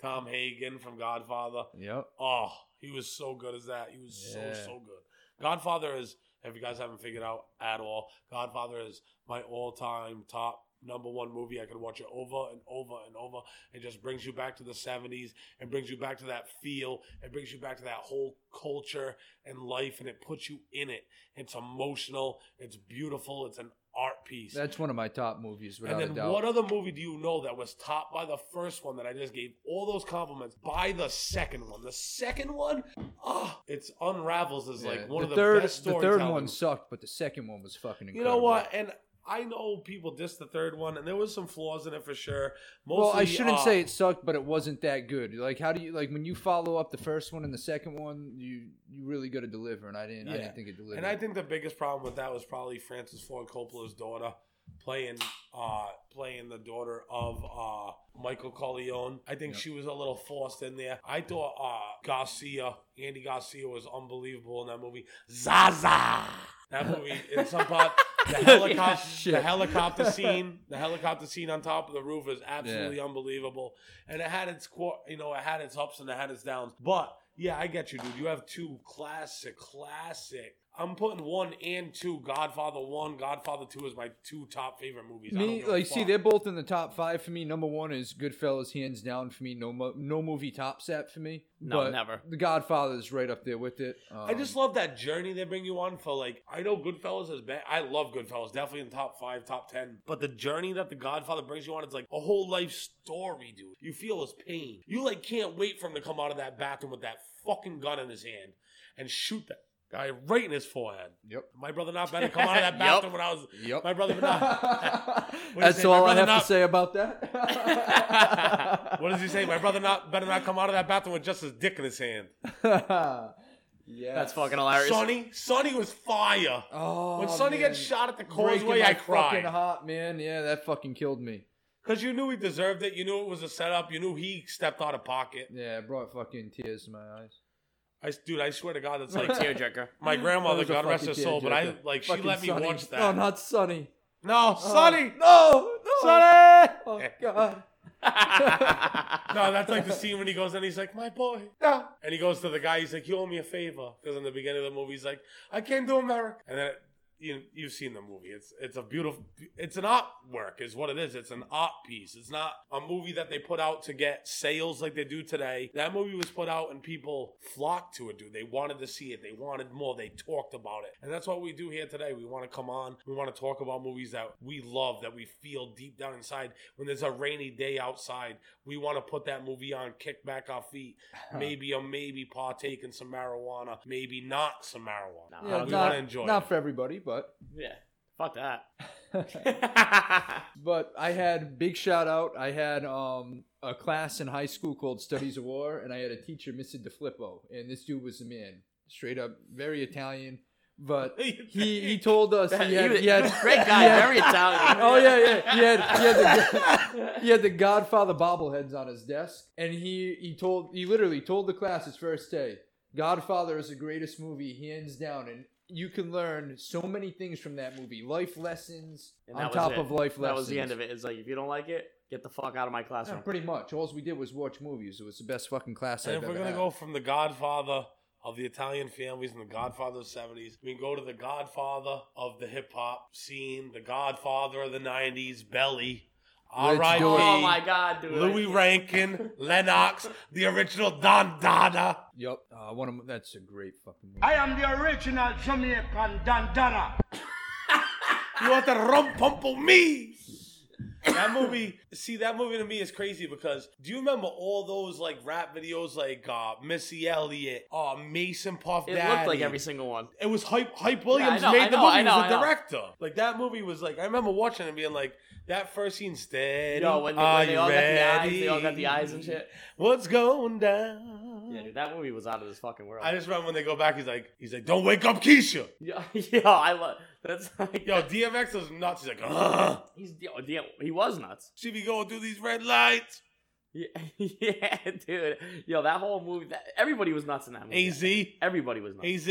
[SPEAKER 1] Tom Hagen from Godfather.
[SPEAKER 2] Yep.
[SPEAKER 1] Oh, he was so good as that. He was so
[SPEAKER 2] Yeah.
[SPEAKER 1] so good. Godfather is if you guys haven't figured out at all, Godfather is my all-time top number one movie. I could watch it over and over and over. It just brings you back to the 70s and brings you back to that feel. It brings you back to that whole culture and life and it puts you in it. It's emotional, it's beautiful, it's an art piece.
[SPEAKER 2] That's one of my top movies without
[SPEAKER 1] and
[SPEAKER 2] a
[SPEAKER 1] then
[SPEAKER 2] doubt.
[SPEAKER 1] what other movie do you know that was topped by the first one that I just gave all those compliments by the second one? The second one, ah, it's unravels is
[SPEAKER 2] Yeah,
[SPEAKER 1] like one
[SPEAKER 2] the
[SPEAKER 1] of the
[SPEAKER 2] third,
[SPEAKER 1] best
[SPEAKER 2] the
[SPEAKER 1] storytelling.
[SPEAKER 2] third one sucked, but the second one was fucking
[SPEAKER 1] you
[SPEAKER 2] incredible.
[SPEAKER 1] know what? And I know people dissed the third one, and there was some flaws in it for sure. Mostly,
[SPEAKER 2] Well, I shouldn't
[SPEAKER 1] uh,
[SPEAKER 2] say it sucked, but it wasn't that good. Like, how do you like when you follow up the first one and the second one? You you really got to deliver, and I didn't.
[SPEAKER 1] Yeah.
[SPEAKER 2] I didn't think it delivered.
[SPEAKER 1] And I think the biggest problem with that was probably Francis Ford Coppola's daughter playing uh playing the daughter of uh Michael Corleone. I think
[SPEAKER 2] Yep.
[SPEAKER 1] she was a little forced in there. I thought uh Garcia, Andy Garcia was unbelievable in that movie. Zaza. That movie in some part the helicopter
[SPEAKER 2] Shit.
[SPEAKER 1] the helicopter scene, the helicopter scene on top of the roof is absolutely unbelievable. And it had its qu- you know, it had its ups and it had its downs. But yeah, I get you, dude. You have two classic, classic. I'm putting one and two. Godfather one, Godfather two is my two top favorite movies. I don't
[SPEAKER 2] me
[SPEAKER 1] give a
[SPEAKER 2] like see
[SPEAKER 1] fuck.
[SPEAKER 2] they're both in the top five for me. Number one is Goodfellas, hands down for me. No mo- no movie top set for me.
[SPEAKER 3] No,
[SPEAKER 2] but
[SPEAKER 3] never.
[SPEAKER 2] The Godfather is right up there with it. Um,
[SPEAKER 1] I just love that journey they bring you on for like I know Goodfellas is bad. I love Goodfellas, definitely in the top five, top ten. But the journey that the Godfather brings you on is like a whole life story, dude. You feel his pain. You like can't wait for him to come out of that bathroom with that fucking gun in his hand and shoot that guy right in his forehead.
[SPEAKER 2] Yep.
[SPEAKER 1] My brother not better come out of that
[SPEAKER 3] Yup.
[SPEAKER 1] bathroom when I was
[SPEAKER 2] Yep.
[SPEAKER 1] my brother not. you
[SPEAKER 2] That's
[SPEAKER 1] say, my
[SPEAKER 2] all I
[SPEAKER 1] brother
[SPEAKER 2] have
[SPEAKER 1] not-
[SPEAKER 2] to say about that.
[SPEAKER 1] What does he say? My brother not better not come out of that bathroom with just his dick in his hand.
[SPEAKER 2] yeah.
[SPEAKER 3] That's fucking hilarious.
[SPEAKER 1] Sonny, Sonny was fire.
[SPEAKER 2] Oh,
[SPEAKER 1] When Sonny
[SPEAKER 2] man.
[SPEAKER 1] gets shot at the
[SPEAKER 2] Breaking
[SPEAKER 1] causeway,
[SPEAKER 2] my
[SPEAKER 1] I cried.
[SPEAKER 2] Fucking heart, man. Yeah, that fucking killed me.
[SPEAKER 1] Because you knew he deserved it. You knew it was a setup. You knew he stepped out of pocket.
[SPEAKER 2] Yeah, it brought fucking tears to my eyes.
[SPEAKER 1] I, dude, I swear to God, that's
[SPEAKER 3] Like
[SPEAKER 1] like
[SPEAKER 3] tearjerker.
[SPEAKER 1] my grandmother,
[SPEAKER 2] That was a
[SPEAKER 1] God rest her
[SPEAKER 2] fucking
[SPEAKER 1] soul, but I
[SPEAKER 2] tearjerker.
[SPEAKER 1] like she
[SPEAKER 2] Fucking
[SPEAKER 1] let me
[SPEAKER 2] Sonny. Oh,
[SPEAKER 1] watch
[SPEAKER 2] No,
[SPEAKER 1] that. No,
[SPEAKER 2] not Sonny.
[SPEAKER 1] Oh, Sonny.
[SPEAKER 2] Oh, no,
[SPEAKER 1] Sonny!
[SPEAKER 2] Oh God.
[SPEAKER 1] No, that's like the scene when he goes and he's like, "My boy,"
[SPEAKER 2] No.
[SPEAKER 1] and he goes to the guy. He's like, "You owe me a favor," because in the beginning of the movie, he's like, "I can't do America," and then. It, you, you've seen the movie. It's it's a beautiful. It's an art work, is what it is. It's an art piece. It's not a movie that they put out to get sales like they do today. That movie was put out and people flocked to it, dude. They wanted to see it. They wanted more. They talked about it, and that's what we do here today. We want to come on. We want to talk about movies that we love, that we feel deep down inside. When there's a rainy day outside, we want to put that movie on, kick back our feet, maybe or maybe partake in some marijuana, maybe not some marijuana.
[SPEAKER 2] Yeah,
[SPEAKER 3] Nah, I don't
[SPEAKER 1] we
[SPEAKER 3] know.
[SPEAKER 1] wanna
[SPEAKER 2] not,
[SPEAKER 1] enjoy
[SPEAKER 2] not
[SPEAKER 1] it.
[SPEAKER 2] for everybody, but
[SPEAKER 3] yeah. Fuck that.
[SPEAKER 2] but I had big shout out. I had um a class in high school called Studies of War, and I had a teacher, Mr. DeFlippo, and this dude was a man, straight up, very Italian. But he he told us he
[SPEAKER 3] That- he
[SPEAKER 2] had,
[SPEAKER 3] was-
[SPEAKER 2] he had
[SPEAKER 3] great guy,
[SPEAKER 2] he had-
[SPEAKER 3] very Italian.
[SPEAKER 2] Oh yeah, yeah. He had he had the, he had the Godfather bobbleheads on his desk, and he he told he literally told the class his first day. Godfather is the greatest movie, hands down, and you can learn so many things from that movie, life lessons
[SPEAKER 3] And that
[SPEAKER 2] on
[SPEAKER 3] was
[SPEAKER 2] top
[SPEAKER 3] it.
[SPEAKER 2] of life lessons.
[SPEAKER 3] That was the end of it. It's like if you don't like it, get the fuck out of my
[SPEAKER 2] Yeah,
[SPEAKER 3] classroom.
[SPEAKER 2] pretty much. All we did was watch movies. It was the best fucking class
[SPEAKER 1] And
[SPEAKER 2] I've
[SPEAKER 1] if we're
[SPEAKER 2] ever
[SPEAKER 1] gonna
[SPEAKER 2] had.
[SPEAKER 1] go from the Godfather of the Italian families and the Godfather of seventies, we can go to the Godfather of the hip hop scene, the Godfather of the nineties, Belly,
[SPEAKER 2] Let's
[SPEAKER 1] R.I.P.
[SPEAKER 2] do it.
[SPEAKER 3] Oh my god, dude.
[SPEAKER 1] Louis Rankin, Lennox, the original Don Dada.
[SPEAKER 2] Yep. Uh, one of m- that's a great fucking movie.
[SPEAKER 4] I am the original Jamaican Dandana.
[SPEAKER 1] You want to rum pumple me? That movie, see, that movie to me is crazy because do you remember all those like rap videos like uh, Missy Elliott, uh, Mason Puff
[SPEAKER 3] It
[SPEAKER 1] Daddy?
[SPEAKER 3] looked like every single one.
[SPEAKER 1] It was hype. Hype Williams
[SPEAKER 3] know,
[SPEAKER 1] made
[SPEAKER 3] I
[SPEAKER 1] the
[SPEAKER 3] know,
[SPEAKER 1] movie.
[SPEAKER 3] I
[SPEAKER 1] He
[SPEAKER 3] know,
[SPEAKER 1] was
[SPEAKER 3] I
[SPEAKER 1] the
[SPEAKER 3] know.
[SPEAKER 1] director. Like that movie was like I remember watching it and being like that first scene steady.
[SPEAKER 3] No, when, they-
[SPEAKER 1] Are
[SPEAKER 3] when they
[SPEAKER 1] you
[SPEAKER 3] all got the eyes,
[SPEAKER 1] ready?
[SPEAKER 3] they all got the eyes and shit.
[SPEAKER 1] What's going down?
[SPEAKER 3] Yeah, dude, that movie was out of this fucking world.
[SPEAKER 1] I just remember when they go back, he's like, he's like, don't wake up, Keisha.
[SPEAKER 3] yo, yo, I love that's like
[SPEAKER 1] Yo, DMX is nuts. He's like, Ugh.
[SPEAKER 3] he's yo, damn, he was nuts.
[SPEAKER 1] she be going through these red lights.
[SPEAKER 3] Yeah, yeah, dude. Yo, that whole movie, that, everybody was nuts in that movie.
[SPEAKER 1] Az, Az,
[SPEAKER 3] Everybody was nuts.
[SPEAKER 1] took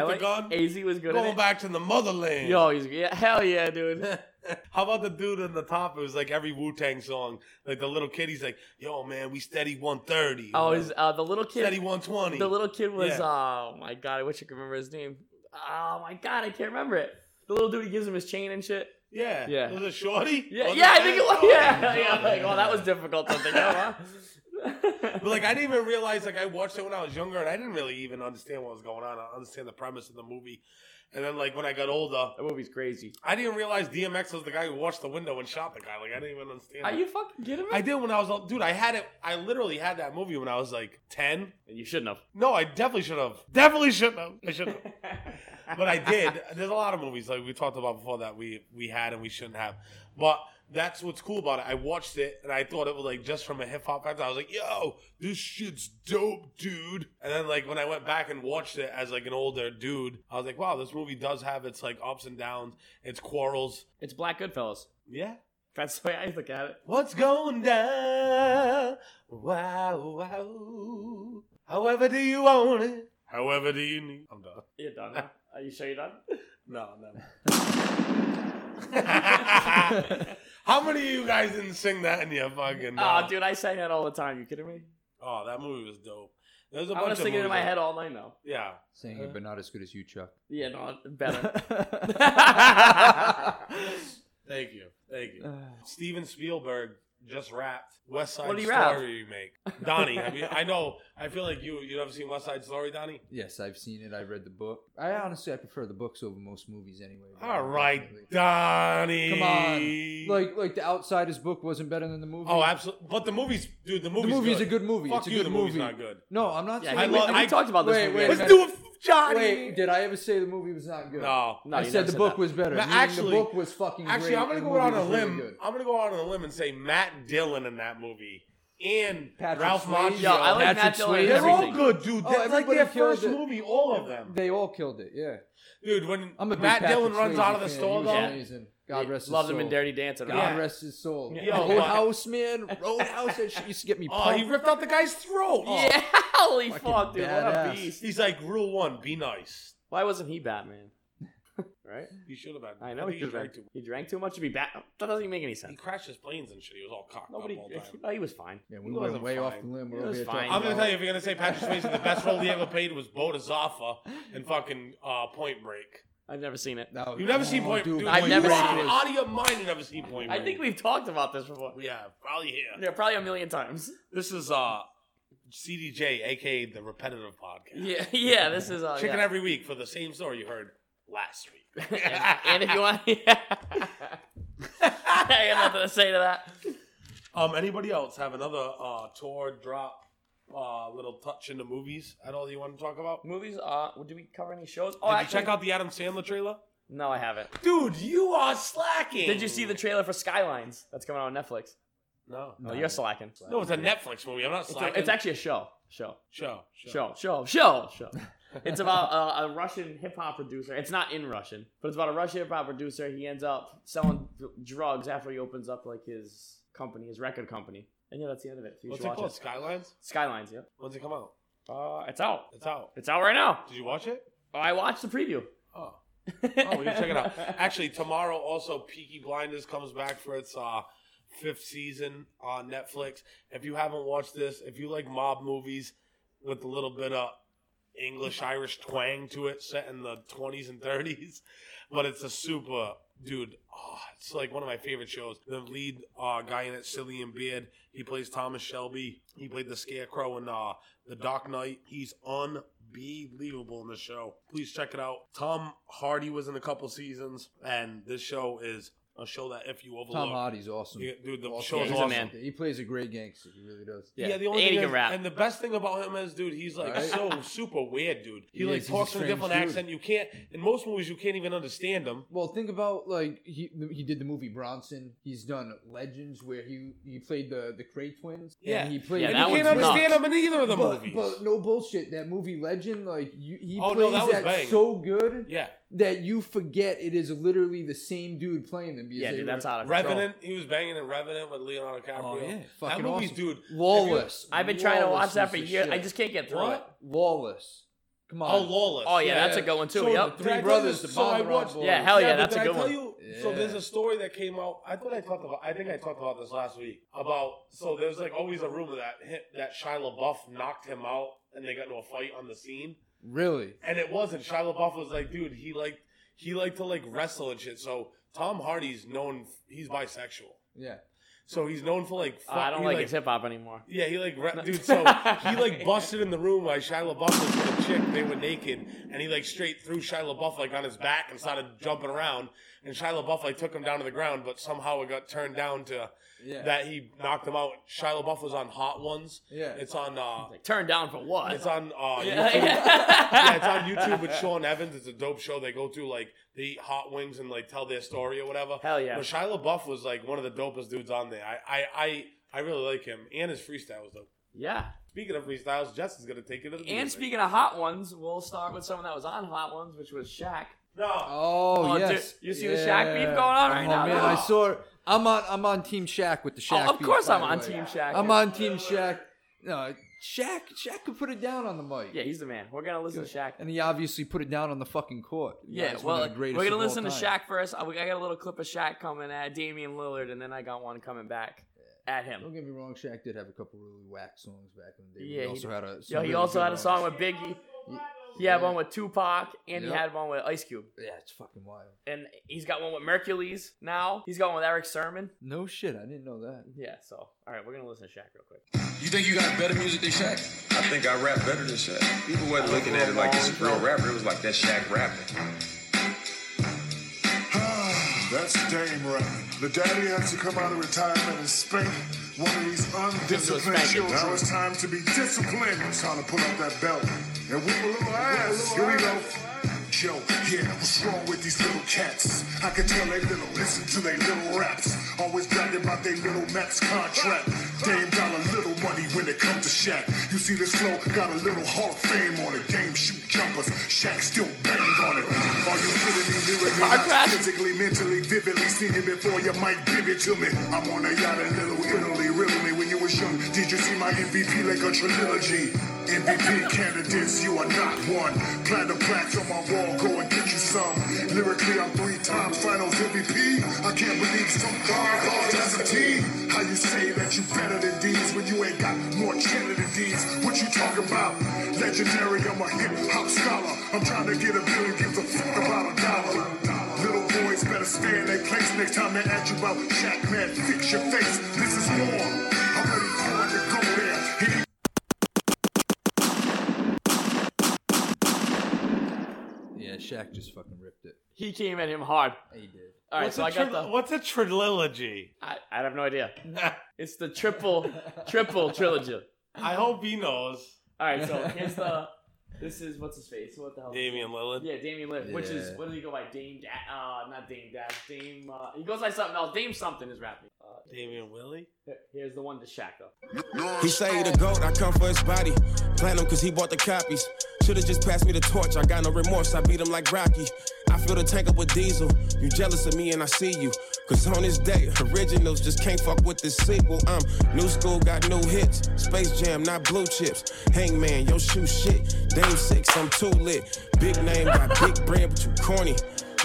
[SPEAKER 1] the
[SPEAKER 3] like-
[SPEAKER 1] gun,
[SPEAKER 3] AZ was good.
[SPEAKER 1] going
[SPEAKER 3] Going back.
[SPEAKER 1] back to the motherland.
[SPEAKER 3] Yo, he's yeah, hell yeah, dude.
[SPEAKER 1] How about the dude on the top? It was like every Wu Tang song. Like the little kid, he's like, "Yo, man, we steady 130."
[SPEAKER 3] Oh, he's, uh, the little kid.
[SPEAKER 1] steady 120.
[SPEAKER 3] The little kid was.
[SPEAKER 1] Yeah.
[SPEAKER 3] Oh my god, I wish I could remember his name. Oh my god, I can't remember it. The little dude, he gives him his chain and shit.
[SPEAKER 1] Yeah.
[SPEAKER 3] Yeah.
[SPEAKER 1] Was it Shorty?
[SPEAKER 3] Yeah,
[SPEAKER 1] Was
[SPEAKER 3] yeah, I think it was. Yeah,
[SPEAKER 1] Shorty?
[SPEAKER 3] yeah. Like, well, that was difficult to think of. Huh?
[SPEAKER 1] But like, I didn't even realize. Like, I watched it when I was younger, and I didn't really even understand what was going on. I understand the premise of the movie, and then like when I got older,
[SPEAKER 3] that movie's crazy.
[SPEAKER 1] I didn't realize DMX was the guy who washed the window and shot the guy. Like, I didn't even understand.
[SPEAKER 3] Are
[SPEAKER 1] that.
[SPEAKER 3] you fucking kidding me?
[SPEAKER 1] I did when I was dude. I had it. I literally had that movie when I was like ten.
[SPEAKER 3] you shouldn't have.
[SPEAKER 1] No, I definitely should have. Definitely shouldn't have. I should have. but I did. There's a lot of movies like we talked about before that we we had and we shouldn't have. But that's what's cool about it. I watched it and I thought it was like just from a hip hop factor. I was like, "Yo, this shit's dope, dude." And then like when I went back and watched it as like an older dude, I was like, "Wow, this movie does have its like ups and downs, its quarrels."
[SPEAKER 3] It's Black Goodfellas.
[SPEAKER 1] Yeah.
[SPEAKER 3] That's the way I look at it.
[SPEAKER 1] What's going down? Wow, wow. However do you own it? However do you need? I'm done.
[SPEAKER 3] You're done. now. Are you sure you're done?
[SPEAKER 1] No, no. How many of you guys didn't sing that in your fucking? uh,
[SPEAKER 3] Oh, dude, I sang that all the time. You kidding me?
[SPEAKER 1] Oh, that movie was dope. There's a
[SPEAKER 3] I
[SPEAKER 1] bunch
[SPEAKER 3] want
[SPEAKER 1] of
[SPEAKER 3] to sing it in
[SPEAKER 1] movies
[SPEAKER 3] my
[SPEAKER 1] that-
[SPEAKER 3] head all night now.
[SPEAKER 1] Yeah,
[SPEAKER 2] Saying it, but not as good as you, Chuck.
[SPEAKER 3] Yeah, no, better.
[SPEAKER 1] thank you, thank you. Steven Spielberg just rapped West Side
[SPEAKER 3] What did he rap?
[SPEAKER 1] Story remake. Donnie, I mean, I know. I feel like you. You never seen West Side Story, Donnie?
[SPEAKER 2] Yes, I've seen it. I read the book. I honestly, I prefer the books over most movies anyway. but-
[SPEAKER 1] All right, Donnie.
[SPEAKER 2] Come on. Like, like the Outsiders book wasn't better than the movie.
[SPEAKER 1] oh, absolutely. But the movie's, dude. The
[SPEAKER 2] The
[SPEAKER 1] movie's.
[SPEAKER 2] movie's
[SPEAKER 1] good.
[SPEAKER 2] a good movie.
[SPEAKER 1] Fuck
[SPEAKER 2] it's a
[SPEAKER 1] you.
[SPEAKER 2] good
[SPEAKER 1] the
[SPEAKER 2] movie.
[SPEAKER 1] movie's not good.
[SPEAKER 2] No, I'm not
[SPEAKER 3] yeah,
[SPEAKER 2] saying.
[SPEAKER 1] I
[SPEAKER 3] I
[SPEAKER 1] love- I-
[SPEAKER 3] talked about this.
[SPEAKER 2] wait,
[SPEAKER 3] movie.
[SPEAKER 2] wait,
[SPEAKER 1] Let's
[SPEAKER 2] man.
[SPEAKER 1] do it, Johnny.
[SPEAKER 2] Wait, did I ever say the movie was not good?
[SPEAKER 1] No.
[SPEAKER 3] No,
[SPEAKER 2] I
[SPEAKER 3] you
[SPEAKER 2] said
[SPEAKER 3] never
[SPEAKER 2] the
[SPEAKER 3] said
[SPEAKER 2] book
[SPEAKER 3] that.
[SPEAKER 2] was better.
[SPEAKER 1] But
[SPEAKER 2] meaning
[SPEAKER 1] actually-
[SPEAKER 2] the book was fucking
[SPEAKER 1] Actually,
[SPEAKER 2] great
[SPEAKER 1] I'm gonna
[SPEAKER 2] and the
[SPEAKER 1] go out
[SPEAKER 2] movie
[SPEAKER 1] on a
[SPEAKER 2] was really
[SPEAKER 1] limb.
[SPEAKER 2] good.
[SPEAKER 1] I'm gonna go out on a limb and say Matt Dillon in that movie and
[SPEAKER 2] Patrick
[SPEAKER 1] Ralph
[SPEAKER 2] Swayze.
[SPEAKER 1] Macchio.
[SPEAKER 3] Yo, I like
[SPEAKER 2] Patrick
[SPEAKER 3] Matt Dillon. in
[SPEAKER 2] Swayze.
[SPEAKER 1] they're all
[SPEAKER 3] everything.
[SPEAKER 1] good, dude.
[SPEAKER 2] Oh,
[SPEAKER 1] That's like
[SPEAKER 2] everybody
[SPEAKER 1] their
[SPEAKER 2] killed
[SPEAKER 1] first
[SPEAKER 2] it.
[SPEAKER 1] movie, all of them.
[SPEAKER 2] They all killed it. Yeah.
[SPEAKER 1] Dude, when
[SPEAKER 2] I'm a big
[SPEAKER 1] Matt
[SPEAKER 2] Patrick
[SPEAKER 1] Dillon runs
[SPEAKER 2] Swayze
[SPEAKER 1] out of the
[SPEAKER 2] fan.
[SPEAKER 1] store,
[SPEAKER 2] He
[SPEAKER 1] though,
[SPEAKER 2] was
[SPEAKER 3] Yeah.
[SPEAKER 2] amazing. God rest his
[SPEAKER 3] Love
[SPEAKER 2] soul.
[SPEAKER 3] him in Dirty Dancing.
[SPEAKER 2] God
[SPEAKER 1] Yeah.
[SPEAKER 2] rest his soul.
[SPEAKER 3] Yeah.
[SPEAKER 1] Yo,
[SPEAKER 2] Roadhouse, man. Roadhouse. That shit used to get me
[SPEAKER 1] oh,
[SPEAKER 2] pumped.
[SPEAKER 1] he ripped out the guy's throat. Oh,
[SPEAKER 3] Yeah, Oh. holy
[SPEAKER 2] Fucking
[SPEAKER 3] fuck, dude, what a
[SPEAKER 2] badass.
[SPEAKER 3] beast.
[SPEAKER 1] He's like, rule one, be nice.
[SPEAKER 3] Why wasn't he Batman? right?
[SPEAKER 1] He should have been.
[SPEAKER 3] I know
[SPEAKER 1] think
[SPEAKER 3] he,
[SPEAKER 1] he drank
[SPEAKER 3] drank too.
[SPEAKER 1] too much.
[SPEAKER 3] He drank too much to be Batman. That doesn't even make any
[SPEAKER 1] He
[SPEAKER 3] sense.
[SPEAKER 1] crashed his planes and shit. He was all cocked
[SPEAKER 3] Nobody.
[SPEAKER 1] up all the time.
[SPEAKER 3] No, he was fine.
[SPEAKER 2] Yeah, we
[SPEAKER 1] He
[SPEAKER 2] went
[SPEAKER 1] wasn't
[SPEAKER 2] way off the
[SPEAKER 1] fine.
[SPEAKER 2] limb. We're
[SPEAKER 3] It
[SPEAKER 2] over
[SPEAKER 3] was
[SPEAKER 2] here
[SPEAKER 3] fine.
[SPEAKER 2] talking
[SPEAKER 1] I'm gonna
[SPEAKER 2] about-
[SPEAKER 1] tell you, if you're gonna say Patrick Swayze, the best role he ever played was Bo DiZaffa in fucking uh, Point Break.
[SPEAKER 3] I've never seen it.
[SPEAKER 2] No,
[SPEAKER 1] You've never seen
[SPEAKER 2] oh,
[SPEAKER 1] Point Break.
[SPEAKER 2] dude,
[SPEAKER 1] Dude,
[SPEAKER 3] I've
[SPEAKER 1] you
[SPEAKER 3] never
[SPEAKER 1] are
[SPEAKER 3] seen it.
[SPEAKER 1] Out of your mind, you've never seen Point Break.
[SPEAKER 3] I think we've talked about this before.
[SPEAKER 1] Yeah, probably here.
[SPEAKER 3] Yeah, probably a million times.
[SPEAKER 1] This is uh CDJ, aka the repetitive podcast.
[SPEAKER 3] Yeah, yeah. This is uh,
[SPEAKER 1] Chicken
[SPEAKER 3] yeah.
[SPEAKER 1] every week for the same story you heard last week.
[SPEAKER 3] and, and if you want, yeah. I got nothing to say to that.
[SPEAKER 1] um, anybody else have another uh tour drop uh little touch into movies at all you want to talk about?
[SPEAKER 3] Movies. Uh, do we cover any shows? Oh,
[SPEAKER 1] Did
[SPEAKER 3] actually,
[SPEAKER 1] you check out the Adam Sandler trailer?
[SPEAKER 3] No, I haven't.
[SPEAKER 1] Dude, you are slacking.
[SPEAKER 3] Did you see the trailer for Skylines? That's coming out on Netflix.
[SPEAKER 1] No.
[SPEAKER 3] No, you're slacking.
[SPEAKER 1] No, it's a Netflix movie. I'm not
[SPEAKER 3] It's, a-
[SPEAKER 1] slacking.
[SPEAKER 3] it's actually a show. Show.
[SPEAKER 1] show.
[SPEAKER 3] Show. Show. Show. Show. It's about uh, a Russian hip hop producer. It's not in Russian, but it's about a Russian hip hop producer. He ends up selling d- drugs after he opens up like his company, his record company. And yeah, that's the end of it. So you
[SPEAKER 1] What's
[SPEAKER 3] should
[SPEAKER 1] it
[SPEAKER 3] watch
[SPEAKER 1] called? Skylines?
[SPEAKER 3] it. Skylines. Yep.
[SPEAKER 1] When's it come out?
[SPEAKER 3] Uh, it's out.
[SPEAKER 1] It's out.
[SPEAKER 3] It's out right now.
[SPEAKER 1] Did you watch it?
[SPEAKER 3] Oh, I watched the preview.
[SPEAKER 1] Oh. Oh, we can check it out. Actually, tomorrow also Peaky Blinders comes back for its uh, fifth season on Netflix. If you haven't watched this, if you like mob movies with a little bit of English Irish twang to it, set in the 20s and 30s, but it's a super dude. Oh, it's like one of my favorite shows. The lead uh, guy in it, Cillian Beard, he plays Thomas Shelby. He played the Scarecrow in uh, the Dark Knight. He's unbelievable in the show. Please check it out. Tom Hardy was in a couple seasons, and this show is a show that if you
[SPEAKER 2] Tom
[SPEAKER 1] overlook,
[SPEAKER 2] Hardy's awesome.
[SPEAKER 1] you, dude, the
[SPEAKER 2] Awesome.
[SPEAKER 1] show's
[SPEAKER 3] he's a
[SPEAKER 1] awesome.
[SPEAKER 3] man.
[SPEAKER 2] He plays a great gangster. He really does.
[SPEAKER 1] Yeah, the only
[SPEAKER 3] and
[SPEAKER 1] thing
[SPEAKER 3] he
[SPEAKER 1] is-
[SPEAKER 3] can rap.
[SPEAKER 1] and the best thing about him is, dude, he's like
[SPEAKER 2] Right?
[SPEAKER 1] so super weird, dude. He,
[SPEAKER 2] He
[SPEAKER 1] like
[SPEAKER 2] is, he's a
[SPEAKER 1] talks in a
[SPEAKER 2] strange
[SPEAKER 1] different
[SPEAKER 2] dude.
[SPEAKER 1] accent. You can't in most movies you can't even understand him.
[SPEAKER 2] Well, think about like he he did the movie Bronson. He's done Legends where he he played the the Cray twins.
[SPEAKER 1] Yeah.
[SPEAKER 2] and he played.
[SPEAKER 3] Yeah,
[SPEAKER 1] and
[SPEAKER 3] that
[SPEAKER 1] you can't
[SPEAKER 3] one's nuts.
[SPEAKER 1] understand him in either of the
[SPEAKER 2] but,
[SPEAKER 1] movies.
[SPEAKER 2] but no bullshit. That movie Legend, like you, he
[SPEAKER 1] Oh, no,
[SPEAKER 2] plays
[SPEAKER 1] that was
[SPEAKER 2] that,
[SPEAKER 1] bang.
[SPEAKER 2] so good
[SPEAKER 1] yeah,
[SPEAKER 2] that you forget it is literally the same dude playing them. because
[SPEAKER 3] yeah,
[SPEAKER 2] they
[SPEAKER 3] dude,
[SPEAKER 2] were-
[SPEAKER 3] that's out of control.
[SPEAKER 1] Revenant. He was banging in Revenant with Leonardo DiCaprio.
[SPEAKER 2] Oh, yeah.
[SPEAKER 1] that
[SPEAKER 2] Fucking
[SPEAKER 1] movie's
[SPEAKER 2] awesome.
[SPEAKER 1] dude.
[SPEAKER 2] Lawless.
[SPEAKER 3] I've been trying to watch that for
[SPEAKER 2] Lawless piece of
[SPEAKER 3] years. I
[SPEAKER 2] shit.
[SPEAKER 3] just can't get through
[SPEAKER 1] What?
[SPEAKER 3] it.
[SPEAKER 2] lawless. Come on.
[SPEAKER 1] Oh, Lawless.
[SPEAKER 3] Oh yeah,
[SPEAKER 2] Yeah,
[SPEAKER 3] that's a
[SPEAKER 2] yeah.
[SPEAKER 3] going too. Uh,
[SPEAKER 1] So
[SPEAKER 3] yep.
[SPEAKER 1] the
[SPEAKER 2] Three
[SPEAKER 1] Did I tell
[SPEAKER 2] brothers,
[SPEAKER 1] you-
[SPEAKER 2] the
[SPEAKER 1] so I
[SPEAKER 2] bomb
[SPEAKER 1] watched-
[SPEAKER 2] around boys.
[SPEAKER 3] Yeah, hell yeah,
[SPEAKER 1] but
[SPEAKER 3] that's
[SPEAKER 1] did
[SPEAKER 3] a
[SPEAKER 1] I
[SPEAKER 3] good
[SPEAKER 1] tell
[SPEAKER 3] one.
[SPEAKER 1] You, So
[SPEAKER 2] Yeah.
[SPEAKER 1] there's a story that came out. I thought I talked about. I think I talked about this last week about. So there's like always a rumor that hit, that Shia LaBeouf knocked him out and they got into a fight on the scene.
[SPEAKER 2] Really?
[SPEAKER 1] And it wasn't. Shia LaBeouf was like, dude, he liked he liked to like wrestle and shit. So Tom Hardy's known he's bisexual.
[SPEAKER 2] Yeah.
[SPEAKER 1] So he's known for like.
[SPEAKER 3] Oh, I
[SPEAKER 1] fuck-
[SPEAKER 3] don't
[SPEAKER 1] he,
[SPEAKER 3] like his hip hop anymore.
[SPEAKER 1] Yeah, he like re- dude. So he like busted in the room while Shia LaBeouf was with a chick. They were naked, and he like straight threw Shia LaBeouf like on his back and started jumping around. And Shia LaBeouf like took him down to the ground, but somehow it got turned down to
[SPEAKER 2] Yeah.
[SPEAKER 1] that he knocked him out. Shia LaBeouf was on Hot Ones.
[SPEAKER 2] Yeah.
[SPEAKER 1] It's on. Uh,
[SPEAKER 3] Like, turned down for what?
[SPEAKER 1] it's on. Uh,
[SPEAKER 3] Yeah.
[SPEAKER 1] YouTube. yeah, it's on YouTube with Sean Evans. It's a dope show. They go through like they eat hot wings and like tell their story or whatever.
[SPEAKER 3] Hell yeah.
[SPEAKER 1] But Shia LaBeouf was like one of the dopest dudes on there. I I I, I really like him, and his freestyle was dope.
[SPEAKER 3] yeah.
[SPEAKER 1] Speaking of freestyles, Justin's gonna take it to the beginning.
[SPEAKER 3] And speaking of hot ones, we'll start with someone that was on hot ones, which was Shaq.
[SPEAKER 1] no,
[SPEAKER 2] Oh,
[SPEAKER 3] Oh,
[SPEAKER 2] yes.
[SPEAKER 3] dude, you see the Shaq beef going on right
[SPEAKER 2] oh,
[SPEAKER 3] now?
[SPEAKER 2] man,
[SPEAKER 3] Oh.
[SPEAKER 2] I saw. I'm on. I'm on Team Shaq with the Shaq.
[SPEAKER 3] oh, of
[SPEAKER 2] beef,
[SPEAKER 3] course
[SPEAKER 2] by
[SPEAKER 3] I'm
[SPEAKER 2] the
[SPEAKER 3] on
[SPEAKER 2] way.
[SPEAKER 3] Team Shaq.
[SPEAKER 2] I'm on Team Shaq. No, Shaq. Shaq could put it down on the mic.
[SPEAKER 3] Yeah, he's the man. We're gonna listen to Shaq.
[SPEAKER 2] And he obviously put it down on the fucking court. You
[SPEAKER 3] Yeah,
[SPEAKER 2] guys, one of
[SPEAKER 3] well,
[SPEAKER 2] the
[SPEAKER 3] we're
[SPEAKER 2] greatest
[SPEAKER 3] gonna
[SPEAKER 2] of all
[SPEAKER 3] listen to
[SPEAKER 2] time.
[SPEAKER 3] Shaq first. I, we- I got a little clip of Shaq coming at Damian Lillard, and then I got one coming back at
[SPEAKER 2] Don't
[SPEAKER 3] him.
[SPEAKER 2] get me wrong, Shaq did have a couple really whack songs back in the day.
[SPEAKER 3] Yeah,
[SPEAKER 2] he
[SPEAKER 3] he
[SPEAKER 2] also
[SPEAKER 3] did.
[SPEAKER 2] had a. some
[SPEAKER 3] Yo, he
[SPEAKER 2] really
[SPEAKER 3] also
[SPEAKER 2] good
[SPEAKER 3] had a song
[SPEAKER 2] ones.
[SPEAKER 3] with Biggie. He had
[SPEAKER 2] Yeah.
[SPEAKER 3] one with Tupac, and he
[SPEAKER 2] Yep.
[SPEAKER 3] had one with Ice Cube,
[SPEAKER 2] Yeah, it's fucking wild.
[SPEAKER 3] and he's got one with Mercules now. He's got one with Eric Sermon.
[SPEAKER 2] No shit, I didn't know that.
[SPEAKER 3] Yeah, so all right, we're gonna listen to Shaq real quick.
[SPEAKER 5] You think you got better music than Shaq? I think I rap better than Shaq. People wasn't looking at it like this is a real rapper. It was like that Shaq rapping.
[SPEAKER 6] Ah, That's Dame rapping. The daddy has to come out of retirement and spank one of these undisciplined
[SPEAKER 3] spanking,
[SPEAKER 6] children. Now it's time to be disciplined. It's time to pull up that belt and whip a little ass. Here we go. Yo, yeah, what's wrong with these little cats? I can tell they little, listen to they little raps. Always bragging about they little max contract. Dame got a little money when it comes to Shaq. You see this flow, got a little Hall of Fame on it. Dame shoot jumpers, Shaq still bang on it. Are you kidding me? Lyrically,
[SPEAKER 3] Car
[SPEAKER 6] not
[SPEAKER 3] crash?
[SPEAKER 6] physically, mentally, vividly seen it before. You might give it to me. I'm on a yacht in Little Italy, riddle me. When you was young, did you see my MVP like a trilogy? MVP candidates, you are not one. Platinum plaques on my wall, go and get you some. Lyrically, I'm three times finals MVP. I can't believe some guard called us a team. How you say that you better than these when you ain't got more cheddar than these? What you talking about? Legendary, I'm a hip hop scholar. I'm trying to get a billion, gives a fuck about a dollar. Little boys better stay in their place next time they ask you about Shaq, man. Fix your face. This is war. I'm ready for it to go there. He-
[SPEAKER 2] Yeah, Shaq just fucking ripped it.
[SPEAKER 3] He came at him hard.
[SPEAKER 2] He did.
[SPEAKER 3] All right,
[SPEAKER 1] what's,
[SPEAKER 3] so I
[SPEAKER 1] a
[SPEAKER 3] got
[SPEAKER 1] tri-
[SPEAKER 3] the.
[SPEAKER 1] what's a trilogy?
[SPEAKER 3] I, I have no idea. It's the triple, triple trilogy.
[SPEAKER 1] I hope he knows.
[SPEAKER 3] All right, so here's the. This is what's his face. What the hell?
[SPEAKER 1] Damian Lillard.
[SPEAKER 3] Yeah, Damian Lillard, which
[SPEAKER 2] Yeah.
[SPEAKER 3] is what does he go by? Dame, da- uh, not Dame Dash, Dame. Uh, he goes by something else. Dame something is rapping. Uh,
[SPEAKER 1] Damian Willie.
[SPEAKER 3] here- here's the one to Shaq though.
[SPEAKER 7] He say he the goat, I come for his body. Platinum cause he bought the copies. Should've just passed me the torch, I got no remorse, I beat him like Rocky. I fill the tank up with diesel. You jealous of me and I see you. Cause on this day, originals just can't fuck with this sequel. I'm new school, got new hits. Space Jam, not blue chips. Hangman, yo shoe shit. Dame six, I'm too lit. Big name, got big brand, but you corny.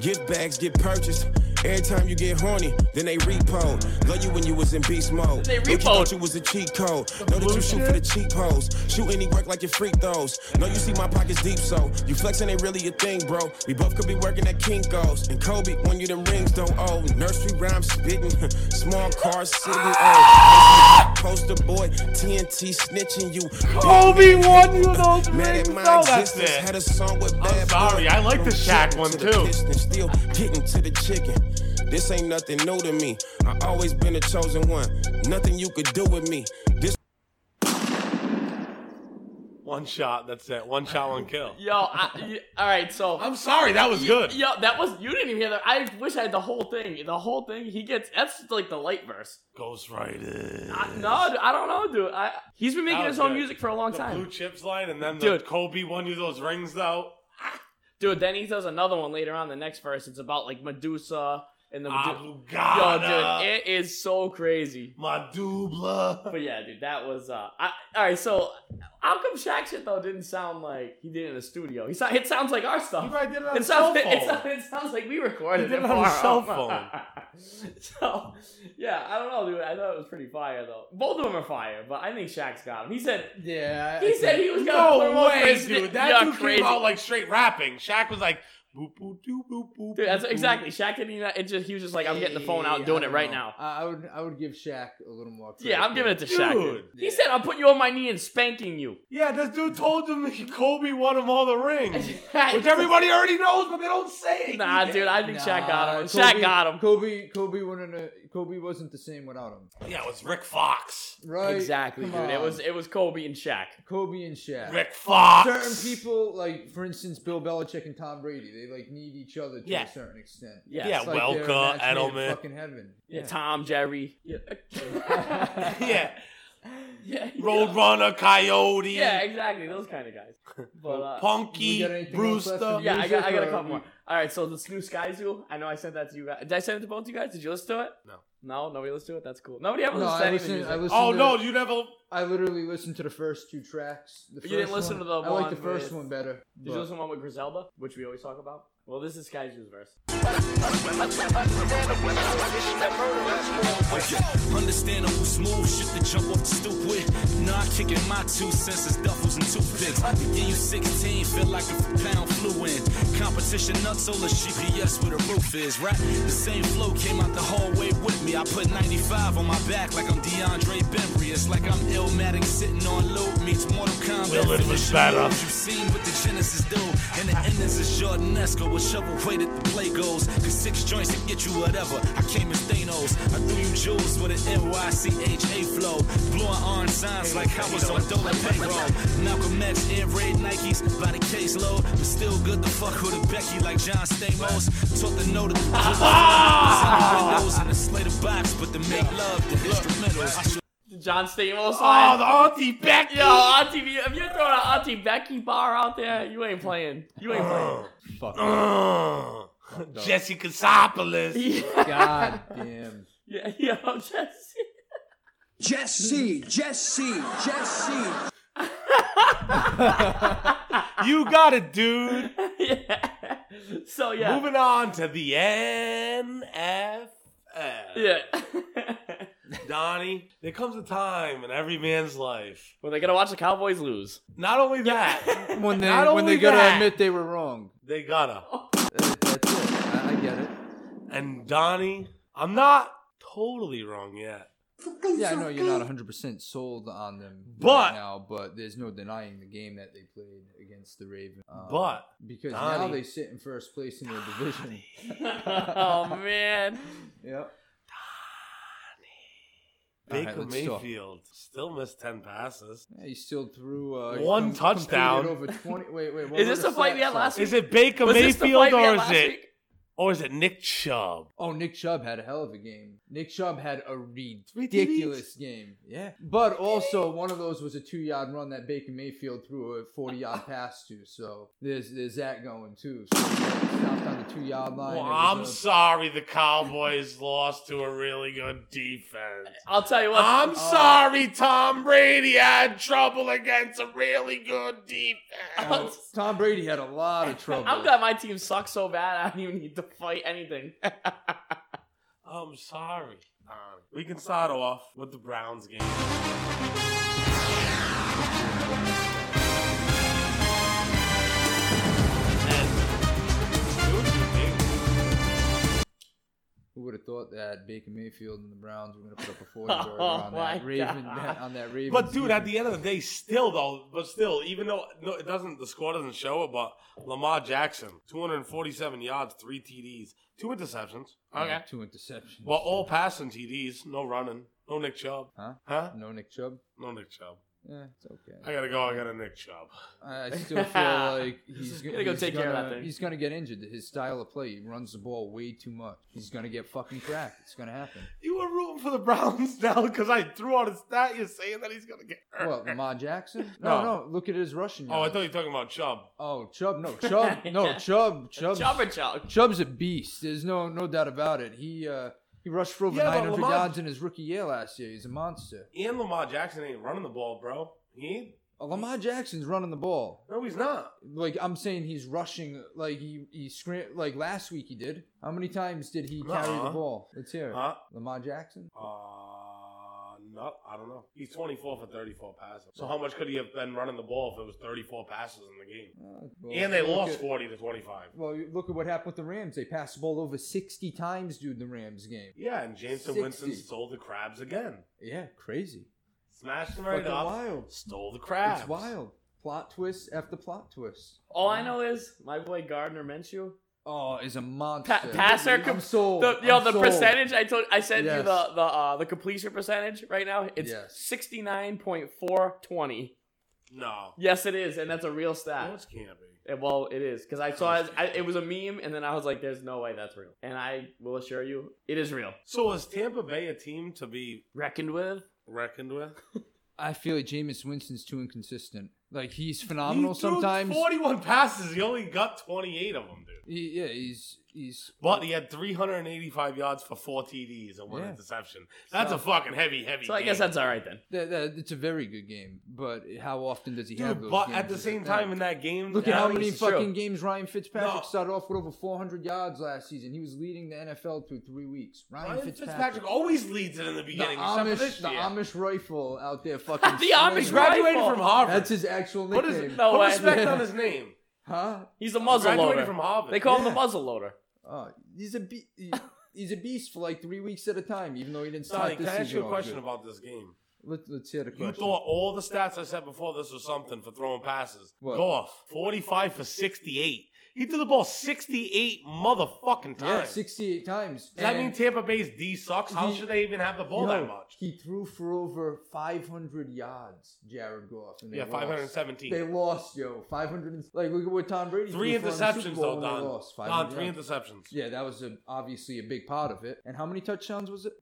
[SPEAKER 7] Gift bags get purchased. Every time you get horny, then they repo. Love you when you was in beast mode.
[SPEAKER 3] They
[SPEAKER 7] Don't you
[SPEAKER 3] repoed.
[SPEAKER 7] thought you was a cheat code. Know that you shoot for the cheap hoes. Shoot any work like your free throws. Know you see my pockets deep, so you flexing ain't really a thing, bro. We both could be working at Kinko's. And Kobe, when you them rings don't owe. Nursery rhymes spitting, small cars sitting old. Poster boy, TNT snitching you.
[SPEAKER 1] Kobe won you those
[SPEAKER 7] Mad
[SPEAKER 1] rings.
[SPEAKER 7] at my
[SPEAKER 1] No, that's
[SPEAKER 7] existence.
[SPEAKER 1] it.
[SPEAKER 7] Had a song with bad
[SPEAKER 1] sorry,
[SPEAKER 7] Boy.
[SPEAKER 1] I like the
[SPEAKER 7] From
[SPEAKER 1] Shaq
[SPEAKER 7] chicken
[SPEAKER 1] one
[SPEAKER 7] to the
[SPEAKER 1] too.
[SPEAKER 7] Piston, still getting to the chicken. This ain't nothing new to me. I always been the chosen one. Nothing you could do with me. This
[SPEAKER 1] One shot. That's it. One shot. One kill.
[SPEAKER 3] Yo, I, y- all right, so
[SPEAKER 1] I'm sorry. That was good.
[SPEAKER 3] Yo, that was you didn't even hear that. I wish I had the whole thing. The whole thing. He gets that's like the light verse.
[SPEAKER 1] Ghost Rider.
[SPEAKER 3] I, no, dude, I don't know, dude. I, he's been making
[SPEAKER 1] That
[SPEAKER 3] his
[SPEAKER 1] was
[SPEAKER 3] own
[SPEAKER 1] good.
[SPEAKER 3] music for a long
[SPEAKER 1] the blue
[SPEAKER 3] time,
[SPEAKER 1] chips line, and then the
[SPEAKER 3] Dude.
[SPEAKER 1] Kobe won you those rings though.
[SPEAKER 3] dude. Then he does another one later on. The next verse, it's about like Medusa and the.
[SPEAKER 1] Ah,
[SPEAKER 3] Medu- Yo,
[SPEAKER 1] Abugada.
[SPEAKER 3] dude, it is so crazy.
[SPEAKER 1] My dubla.
[SPEAKER 3] But yeah, dude, that was uh. I, all right, so how come Shaq shit though didn't sound like he did in the studio? He sound, it sounds like our stuff.
[SPEAKER 1] He probably did it on
[SPEAKER 3] it
[SPEAKER 1] his cell
[SPEAKER 3] sounds,
[SPEAKER 1] phone.
[SPEAKER 3] it, sounds, it sounds like we recorded
[SPEAKER 1] He did
[SPEAKER 3] it
[SPEAKER 1] it on his
[SPEAKER 3] far
[SPEAKER 1] cell
[SPEAKER 3] off. so yeah, I don't know, dude. I thought it was pretty fire though. Both of them are fire, but I think Shaq's got him. He said
[SPEAKER 2] Yeah. I-
[SPEAKER 3] he said he was gonna put him
[SPEAKER 1] No
[SPEAKER 3] on for
[SPEAKER 1] way,
[SPEAKER 3] his-
[SPEAKER 1] dude.
[SPEAKER 3] You're
[SPEAKER 1] That dude
[SPEAKER 3] crazy.
[SPEAKER 1] came out like straight rapping. Shaq was like, boop, boop, doo, boop, boop.
[SPEAKER 3] Dude, that's
[SPEAKER 1] boop, boop.
[SPEAKER 3] exactly Shaq didn't even. It just he was just like, I'm getting the phone out, and
[SPEAKER 2] Yeah,
[SPEAKER 3] doing
[SPEAKER 2] I
[SPEAKER 3] it
[SPEAKER 2] don't
[SPEAKER 3] right
[SPEAKER 2] know.
[SPEAKER 3] now.
[SPEAKER 2] I, I would. I would give Shaq a little more. Credit
[SPEAKER 3] Yeah, I'm giving it to Shaq. Dude.
[SPEAKER 1] Dude.
[SPEAKER 3] He said, "I'll put you on my knee and spanking you."
[SPEAKER 1] Yeah, this dude told him that Kobe won him all the rings, which everybody already knows, but they don't say. it.
[SPEAKER 3] Nah, dude, I think Shaq got him.
[SPEAKER 2] Nah,
[SPEAKER 3] Shaq got him.
[SPEAKER 2] Kobe. Kobe wouldn't. Have, Kobe wasn't the same without him.
[SPEAKER 1] Yeah, it was Rick Fox.
[SPEAKER 2] Right?
[SPEAKER 3] exactly,
[SPEAKER 2] Come
[SPEAKER 3] dude. It
[SPEAKER 2] on.
[SPEAKER 3] was it was Kobe and Shaq.
[SPEAKER 2] Kobe and Shaq.
[SPEAKER 1] Rick Fox.
[SPEAKER 2] Certain people, like for instance, Bill Belichick and Tom Brady, they like need each other to
[SPEAKER 1] Yeah.
[SPEAKER 2] a certain extent.
[SPEAKER 3] Yeah,
[SPEAKER 1] Yeah,
[SPEAKER 2] It's like they're
[SPEAKER 1] Welker,
[SPEAKER 2] a match made in
[SPEAKER 1] Edelman.
[SPEAKER 2] fucking heaven.
[SPEAKER 3] Yeah, Tom, Jerry. Yeah. yeah.
[SPEAKER 1] Yeah, Roadrunner, Coyote,
[SPEAKER 3] Yeah, exactly. Those kind of guys. But, uh,
[SPEAKER 2] You got
[SPEAKER 1] Punky,
[SPEAKER 2] anything else left
[SPEAKER 1] Brewster.
[SPEAKER 2] in
[SPEAKER 3] Oh, yeah, I got, I got a
[SPEAKER 2] Music,
[SPEAKER 3] couple
[SPEAKER 2] uh,
[SPEAKER 3] more. All right, so the new Sky Zoo. I know I sent that to you guys. Did I send it to both you guys? Did you listen to it?
[SPEAKER 1] No.
[SPEAKER 3] No, nobody listened to it. That's cool. Nobody ever
[SPEAKER 2] No,
[SPEAKER 3] listens
[SPEAKER 2] I
[SPEAKER 3] to anything.
[SPEAKER 2] listened. I
[SPEAKER 3] music.
[SPEAKER 2] listened.
[SPEAKER 1] Oh
[SPEAKER 2] to,
[SPEAKER 1] no, you never.
[SPEAKER 2] I literally listened to the first two tracks. The
[SPEAKER 3] You didn't
[SPEAKER 2] first
[SPEAKER 3] listen
[SPEAKER 2] one-
[SPEAKER 3] to the
[SPEAKER 2] I like the
[SPEAKER 3] one
[SPEAKER 2] first
[SPEAKER 3] with-
[SPEAKER 2] one better.
[SPEAKER 3] Did you
[SPEAKER 2] but-
[SPEAKER 3] listen to one with Griselda, which we always talk about? Well, this is Sky Zoo's verse.
[SPEAKER 8] Understandable smooth shit to jump off the stoop with. Nah, I'm kicking my two cents is duffels and toothpicks. Give you 16, feel like a pound flew in. Competition nuts, all the GPS where the roof is, right? The same flow came out the hallway with me. I put 95 on my back like I'm DeAndre Bembry. It's like I'm illmatic sitting on loot meets Mortal Kombat.
[SPEAKER 1] Will it was better.
[SPEAKER 8] You've seen what the Genesis do, and the endings is Jordanesco. A shovel weight at the play goes. Cause six joints to get you whatever. I came in Thanos. I threw you jewels with an NYCHA flow. Blowing orange signs like I was on Dolan payroll. Malcolm X, Air Raid Nikes by the caseload. But still good to fuck with a Becky like John Stamos. Taught the note of the windows and a slate of box, but to make love, the instrumentals.
[SPEAKER 3] John Stamos.
[SPEAKER 1] Oh,
[SPEAKER 3] line.
[SPEAKER 1] the Auntie Becky.
[SPEAKER 3] Yo, Auntie, B- if you're throwing an Auntie Becky bar out there, you ain't playing. You ain't
[SPEAKER 2] Oh.
[SPEAKER 3] playing.
[SPEAKER 1] Uh, Jesse Kassopoulos.
[SPEAKER 3] Yeah,
[SPEAKER 2] God damn.
[SPEAKER 3] yeah, yo, Jesse.
[SPEAKER 9] Jesse, Jesse, Jesse.
[SPEAKER 1] You got it, dude.
[SPEAKER 3] yeah. So yeah.
[SPEAKER 1] Moving on to the NFL.
[SPEAKER 3] Yeah.
[SPEAKER 1] Donnie, there comes a time in every man's life.
[SPEAKER 3] well, they gotta watch the Cowboys lose.
[SPEAKER 1] Not only that,
[SPEAKER 2] When they
[SPEAKER 1] Not
[SPEAKER 2] when
[SPEAKER 1] only
[SPEAKER 2] they gotta
[SPEAKER 1] that-
[SPEAKER 2] admit they were wrong.
[SPEAKER 1] they gotta.
[SPEAKER 2] That- That's it. I, I get it.
[SPEAKER 1] And Donnie, I'm not totally wrong yet.
[SPEAKER 2] Yeah, I know you're not 100 percent sold on them
[SPEAKER 1] But-
[SPEAKER 2] right now, but there's no denying the game that they played against the Ravens. Um,
[SPEAKER 1] But,
[SPEAKER 2] because now
[SPEAKER 1] Donnie-
[SPEAKER 2] they sit in first place in their division.
[SPEAKER 3] oh man.
[SPEAKER 2] Yep. All right,
[SPEAKER 1] Baker
[SPEAKER 2] let's talk.
[SPEAKER 1] Mayfield still missed 10 passes.
[SPEAKER 2] Yeah, he still threw uh,
[SPEAKER 1] One
[SPEAKER 2] com-
[SPEAKER 1] touchdown.
[SPEAKER 2] completed Over 20. Wait, wait. what
[SPEAKER 3] Is
[SPEAKER 2] were
[SPEAKER 3] this
[SPEAKER 2] the
[SPEAKER 3] the fight we
[SPEAKER 2] stats
[SPEAKER 3] had last
[SPEAKER 2] on?
[SPEAKER 1] Is it Baker
[SPEAKER 3] Was this the
[SPEAKER 1] Mayfield
[SPEAKER 3] fight we
[SPEAKER 1] or
[SPEAKER 3] had
[SPEAKER 1] is
[SPEAKER 3] last
[SPEAKER 1] it
[SPEAKER 3] week?
[SPEAKER 1] or is it Nick Chubb?
[SPEAKER 2] Oh, Nick Chubb had a hell of a game. Nick Chubb had a ridiculous game. Yeah. But also, one of those was a two yard run that Baker Mayfield threw a 40 yard pass to. So there's there's that going too. So he stopped on the two yard line.
[SPEAKER 1] Well,
[SPEAKER 2] It was
[SPEAKER 1] I'm
[SPEAKER 2] a-
[SPEAKER 1] sorry the Cowboys lost to a really good defense.
[SPEAKER 3] I'll tell you what.
[SPEAKER 1] I'm sorry Tom Brady had trouble against a really good defense.
[SPEAKER 2] Tom Brady had a lot of trouble.
[SPEAKER 3] I'm glad my team sucks so bad. I don't even need to fight anything.
[SPEAKER 1] I'm sorry. Tom. We can start off with the Browns game.
[SPEAKER 2] Who would have thought that Baker Mayfield and the Browns were going to put up a 40
[SPEAKER 3] Oh,
[SPEAKER 2] burger on that
[SPEAKER 3] my
[SPEAKER 2] Raven
[SPEAKER 3] God.
[SPEAKER 2] on that Raven.
[SPEAKER 1] But dude, at the end of the day, still though, but still, even though no, it doesn't, the score doesn't show it. But Lamar Jackson, 247 yards, three TDs, two interceptions.
[SPEAKER 2] okay. two interceptions.
[SPEAKER 1] Well, all passing TDs, no running, no Nick Chubb,
[SPEAKER 2] Huh?
[SPEAKER 1] huh?
[SPEAKER 2] No Nick Chubb.
[SPEAKER 1] No Nick Chubb.
[SPEAKER 2] Yeah, it's okay.
[SPEAKER 1] I gotta go. I got a Nick Chubb.
[SPEAKER 2] I still feel like he's go-
[SPEAKER 3] Gotta go
[SPEAKER 2] he's
[SPEAKER 3] take care of
[SPEAKER 2] gonna-
[SPEAKER 3] that thing.
[SPEAKER 2] He's gonna get injured. His style of play, he runs the ball way too much. He's gonna get fucking cracked. It's gonna happen.
[SPEAKER 1] You were rooting for the Browns now because I threw out a stat. You're saying that he's gonna get hurt.
[SPEAKER 2] What, Lamar Jackson? No,
[SPEAKER 1] No.
[SPEAKER 2] no. Look at his rushing.
[SPEAKER 1] Oh, I
[SPEAKER 2] yards.
[SPEAKER 1] thought you were talking about Chubb.
[SPEAKER 2] Oh, Chubb. No, Chubb. No, Chubb. Chubb.
[SPEAKER 3] Chopper chop.
[SPEAKER 2] Chubb's a beast. There's no no doubt about it. He uh he rushed for over
[SPEAKER 1] Yeah, but
[SPEAKER 2] 900
[SPEAKER 1] Lamar-
[SPEAKER 2] yards in his rookie year last year. He's a monster.
[SPEAKER 1] And Lamar Jackson ain't running the ball, bro. He ain't.
[SPEAKER 2] Uh, Lamar Jackson's running the ball.
[SPEAKER 1] No, he's not.
[SPEAKER 2] Like I'm saying, he's rushing. Like he he scram- Like last week he did. How many times did he carry
[SPEAKER 1] Uh-uh.
[SPEAKER 2] the ball? Let's hear it.
[SPEAKER 1] Huh?
[SPEAKER 2] Lamar Jackson.
[SPEAKER 1] Uh, no, I don't know. He's 24 for 34 passes. So how much could he have been running the ball if it was 34 passes in the game?
[SPEAKER 2] Uh, well,
[SPEAKER 1] And they
[SPEAKER 2] look
[SPEAKER 1] lost
[SPEAKER 2] at-
[SPEAKER 1] 40 to 25.
[SPEAKER 2] Well, you look at what happened with the Rams. They passed the ball over 60 times dude. the Rams game.
[SPEAKER 1] Yeah, and Jameson
[SPEAKER 2] 60.
[SPEAKER 1] Winston stole the crabs again.
[SPEAKER 2] Yeah, crazy.
[SPEAKER 1] Smashed them right
[SPEAKER 2] Fucking
[SPEAKER 1] up.
[SPEAKER 2] wild.
[SPEAKER 1] Stole the crabs.
[SPEAKER 2] It's wild. Plot twist after plot twist.
[SPEAKER 3] All I know is my boy Gardner Minshew
[SPEAKER 2] Oh, is a monster.
[SPEAKER 3] Pa- passer, com-
[SPEAKER 2] I'm sold.
[SPEAKER 3] The, yo,
[SPEAKER 2] I'm
[SPEAKER 3] the
[SPEAKER 2] sold.
[SPEAKER 3] percentage I told I sent you
[SPEAKER 2] Yes.
[SPEAKER 3] the the uh, the completion percentage right now. It's
[SPEAKER 2] Yes.
[SPEAKER 3] sixty nine point four twenty.
[SPEAKER 1] No.
[SPEAKER 3] Yes, it is, and that's a real
[SPEAKER 1] No,
[SPEAKER 3] stat.
[SPEAKER 1] it can't be.
[SPEAKER 3] Uh, Well, it is because I saw it, I, it was a meme, and then I was like, "There's no way that's real." And I will assure you, it is real.
[SPEAKER 1] So is Tampa Bay a team to be
[SPEAKER 3] Reckoned with.
[SPEAKER 1] reckoned with?
[SPEAKER 2] I feel like Jameis Winston's too inconsistent. Like he's phenomenal
[SPEAKER 1] He threw
[SPEAKER 2] sometimes.
[SPEAKER 1] Forty-one passes. He only got twenty-eight of them, dude.
[SPEAKER 2] He- yeah, he's he's
[SPEAKER 1] But he had 385 yards for four TDs and one
[SPEAKER 2] Yeah.
[SPEAKER 1] interception. That's a
[SPEAKER 2] So-
[SPEAKER 1] fucking heavy, heavy.
[SPEAKER 3] So I guess
[SPEAKER 1] game.
[SPEAKER 3] that's all right then.
[SPEAKER 2] that, that, it's a very good game. But how often does he have
[SPEAKER 1] Dude,
[SPEAKER 2] those?
[SPEAKER 1] but
[SPEAKER 2] games?
[SPEAKER 1] at the same time in that game,
[SPEAKER 2] Look
[SPEAKER 1] yeah,
[SPEAKER 2] at how
[SPEAKER 1] he
[SPEAKER 2] many
[SPEAKER 3] is true.
[SPEAKER 2] fucking games Ryan Fitzpatrick
[SPEAKER 1] No.
[SPEAKER 2] started off with over 400 yards last season. He was leading the NFL through three weeks. Ryan,
[SPEAKER 1] Ryan
[SPEAKER 2] Fitzpatrick,
[SPEAKER 1] Fitzpatrick always leads it in the
[SPEAKER 2] the
[SPEAKER 1] beginning. except for
[SPEAKER 2] Amish,
[SPEAKER 1] this
[SPEAKER 2] the
[SPEAKER 1] year.
[SPEAKER 2] Amish rifle out there fucking.
[SPEAKER 3] The Amish
[SPEAKER 1] He
[SPEAKER 2] slinging.
[SPEAKER 3] rifle.
[SPEAKER 1] graduated from Harvard.
[SPEAKER 2] That's his actual
[SPEAKER 1] Put
[SPEAKER 2] nickname.
[SPEAKER 1] his-
[SPEAKER 3] No
[SPEAKER 1] put
[SPEAKER 3] way.
[SPEAKER 1] respect on his name.
[SPEAKER 2] Huh?
[SPEAKER 3] He's a muzzle
[SPEAKER 1] Graduated
[SPEAKER 3] loader.
[SPEAKER 1] from Harvard.
[SPEAKER 3] They call him the
[SPEAKER 2] Yeah.
[SPEAKER 3] muzzle loader.
[SPEAKER 2] Oh, he's a be- he- he's a beast for like three weeks at a time, even though he didn't start
[SPEAKER 1] Sonny, can
[SPEAKER 2] this
[SPEAKER 1] I ask
[SPEAKER 2] season.
[SPEAKER 1] you a
[SPEAKER 2] off
[SPEAKER 1] question
[SPEAKER 2] good.
[SPEAKER 1] about this game?
[SPEAKER 2] Let, let's hear the
[SPEAKER 1] You
[SPEAKER 2] question.
[SPEAKER 1] thought all the stats I said before this was something for throwing passes.
[SPEAKER 2] What?
[SPEAKER 1] Goff, 45 for 68. He threw the ball 68 motherfucking times.
[SPEAKER 2] yeah, 68 times.
[SPEAKER 1] Does that
[SPEAKER 2] And-
[SPEAKER 1] mean Tampa Bay's D sucks? How
[SPEAKER 2] He-
[SPEAKER 1] should they even have the ball
[SPEAKER 2] Yo,
[SPEAKER 1] that much?
[SPEAKER 2] He threw for over 500 yards, Jared Goff. And they
[SPEAKER 1] Yeah,
[SPEAKER 2] lost.
[SPEAKER 1] 517.
[SPEAKER 2] They lost, yo. 500. and- Like, look at what Tom Brady
[SPEAKER 1] Three
[SPEAKER 2] threw for in the Super
[SPEAKER 1] interceptions,
[SPEAKER 2] Bowl
[SPEAKER 1] though,
[SPEAKER 2] when they
[SPEAKER 1] Don.
[SPEAKER 2] lost,
[SPEAKER 1] Don,
[SPEAKER 2] 500
[SPEAKER 1] three
[SPEAKER 2] yards.
[SPEAKER 1] interceptions.
[SPEAKER 2] Yeah, that was a, obviously a big part of it. And how many touchdowns was it?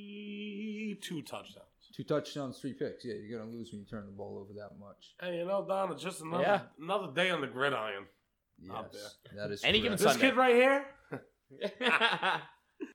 [SPEAKER 1] Buddy, two touchdowns.
[SPEAKER 2] Two touchdowns, three picks. Yeah, you're going to lose when you turn the ball over that much.
[SPEAKER 1] Hey, you know, Don, it's just another,
[SPEAKER 3] Yeah.
[SPEAKER 1] another day on the gridiron. Out
[SPEAKER 2] Yes, that is
[SPEAKER 3] Any given
[SPEAKER 2] correct.
[SPEAKER 1] This
[SPEAKER 3] Sunday.
[SPEAKER 1] kid right here,
[SPEAKER 3] yeah,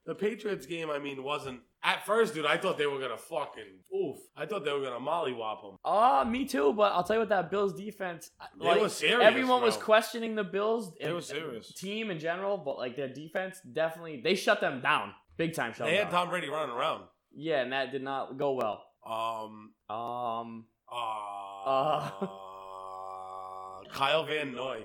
[SPEAKER 1] the Patriots game, I mean, wasn't. At first, dude, I thought they were going to fucking. Oof. I thought they were going to mollywop him.
[SPEAKER 3] Oh, me too. But I'll tell you what, that Bills defense.
[SPEAKER 1] They were serious,
[SPEAKER 3] Everyone was
[SPEAKER 1] bro.
[SPEAKER 3] questioning the Bills.
[SPEAKER 1] They
[SPEAKER 3] and-
[SPEAKER 1] were serious.
[SPEAKER 3] Team in general, but like their defense, definitely they shut them down. Big time shut
[SPEAKER 1] They
[SPEAKER 3] them
[SPEAKER 1] had
[SPEAKER 3] down.
[SPEAKER 1] Tom Brady running around.
[SPEAKER 3] yeah, and that did not go well.
[SPEAKER 1] Um,
[SPEAKER 3] Um,
[SPEAKER 1] uh, Kyle Van Noy,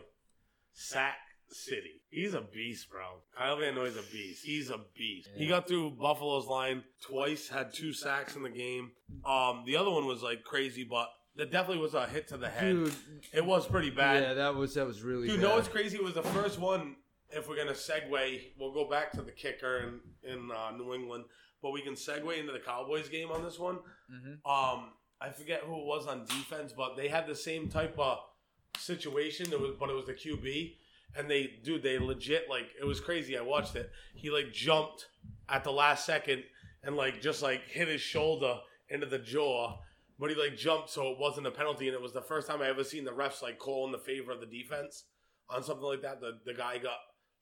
[SPEAKER 1] Sac City. He's a beast, bro. Kyle Van Noy's a beast. He's a beast. He got through Buffalo's line twice, had two sacks in the game. Um, the other one was like crazy, but that definitely was a hit to the head.
[SPEAKER 2] Dude,
[SPEAKER 1] It was pretty bad.
[SPEAKER 2] yeah, that was that was really.
[SPEAKER 1] Dude,
[SPEAKER 2] bad.
[SPEAKER 1] know what's crazy was the first one. If we're gonna segue, we'll go back to the kicker in in uh, New England, but we can segue into the Cowboys game on this one.
[SPEAKER 2] Mhm.
[SPEAKER 1] Um, I forget who it was on defense, but they had the same type of situation. It was, but it was the QB, and they dude, they legit like it was crazy. I watched it. He like jumped at the last second and like just like hit his shoulder into the jaw. But he like jumped, so it wasn't a penalty, and it was the first time I ever seen the refs like call in the favor of the defense on something like that. The the guy got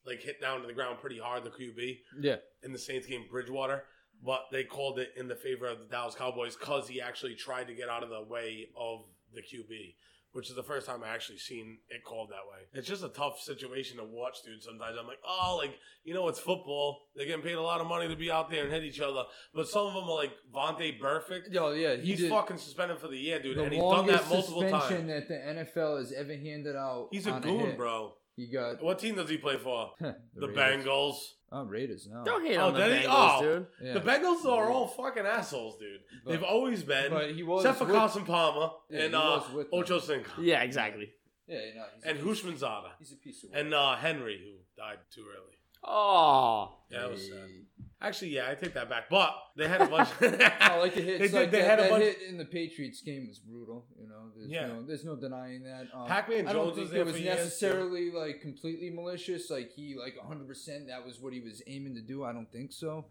[SPEAKER 1] like hit down to the ground pretty hard, the QB
[SPEAKER 2] Yeah,
[SPEAKER 1] in the Saints game, Bridgewater, but they called it in the favor of the Dallas Cowboys because he actually tried to get out of the way of the QB, which is the first time I actually seen it called that way. It's just a tough situation to watch, dude. Sometimes I'm like, oh, like you know, it's football. They're getting paid a lot of money to be out there and hit each other, but some of them are like Vontae Burfict.
[SPEAKER 2] yo, yeah, he
[SPEAKER 1] He's
[SPEAKER 2] did
[SPEAKER 1] fucking suspended for the year, dude,
[SPEAKER 2] the
[SPEAKER 1] and he's done
[SPEAKER 2] longest
[SPEAKER 1] that multiple
[SPEAKER 2] suspension
[SPEAKER 1] times.
[SPEAKER 2] that the NFL has ever handed out.
[SPEAKER 1] He's a
[SPEAKER 2] on
[SPEAKER 1] goon,
[SPEAKER 2] hit.
[SPEAKER 1] bro.
[SPEAKER 2] You got
[SPEAKER 1] What team does he play for?
[SPEAKER 2] the,
[SPEAKER 1] The
[SPEAKER 2] Raiders.
[SPEAKER 1] Bengals.
[SPEAKER 2] Oh, Raiders. No.
[SPEAKER 3] don't hate
[SPEAKER 1] Oh,
[SPEAKER 3] on the
[SPEAKER 1] did
[SPEAKER 3] Bengals,
[SPEAKER 1] he? Oh.
[SPEAKER 3] dude.
[SPEAKER 2] Yeah.
[SPEAKER 1] The Bengals are all fucking assholes, dude.
[SPEAKER 2] But-
[SPEAKER 1] They've always been.
[SPEAKER 2] but he was
[SPEAKER 1] except for
[SPEAKER 2] with-
[SPEAKER 1] Carson Palmer
[SPEAKER 2] Yeah,
[SPEAKER 1] and
[SPEAKER 2] he
[SPEAKER 1] uh,
[SPEAKER 2] was with them.
[SPEAKER 1] Ocho Cinco
[SPEAKER 3] Yeah, exactly.
[SPEAKER 2] Yeah, no, he's
[SPEAKER 1] and
[SPEAKER 2] a,
[SPEAKER 1] Hushmanzada
[SPEAKER 2] he's a piece of work.
[SPEAKER 1] and uh, Henry, who died too early.
[SPEAKER 3] Oh,
[SPEAKER 1] Yeah, that was sad.
[SPEAKER 2] Hey.
[SPEAKER 1] Actually, yeah, I take that back. But they had a bunch.
[SPEAKER 2] I like the hits.
[SPEAKER 1] They did.
[SPEAKER 2] like
[SPEAKER 1] they
[SPEAKER 2] that,
[SPEAKER 1] had a
[SPEAKER 2] that
[SPEAKER 1] bunch.
[SPEAKER 2] hit in the Patriots game was brutal. You know, there's
[SPEAKER 1] Yeah.
[SPEAKER 2] no, there's no denying that. Um,
[SPEAKER 1] Pac-Man
[SPEAKER 2] I
[SPEAKER 1] Jones
[SPEAKER 2] don't
[SPEAKER 1] was
[SPEAKER 2] think
[SPEAKER 1] there
[SPEAKER 2] it was
[SPEAKER 1] for years,
[SPEAKER 2] necessarily like completely malicious. Like he, like 100, percent that was what he was aiming to do. I don't think so.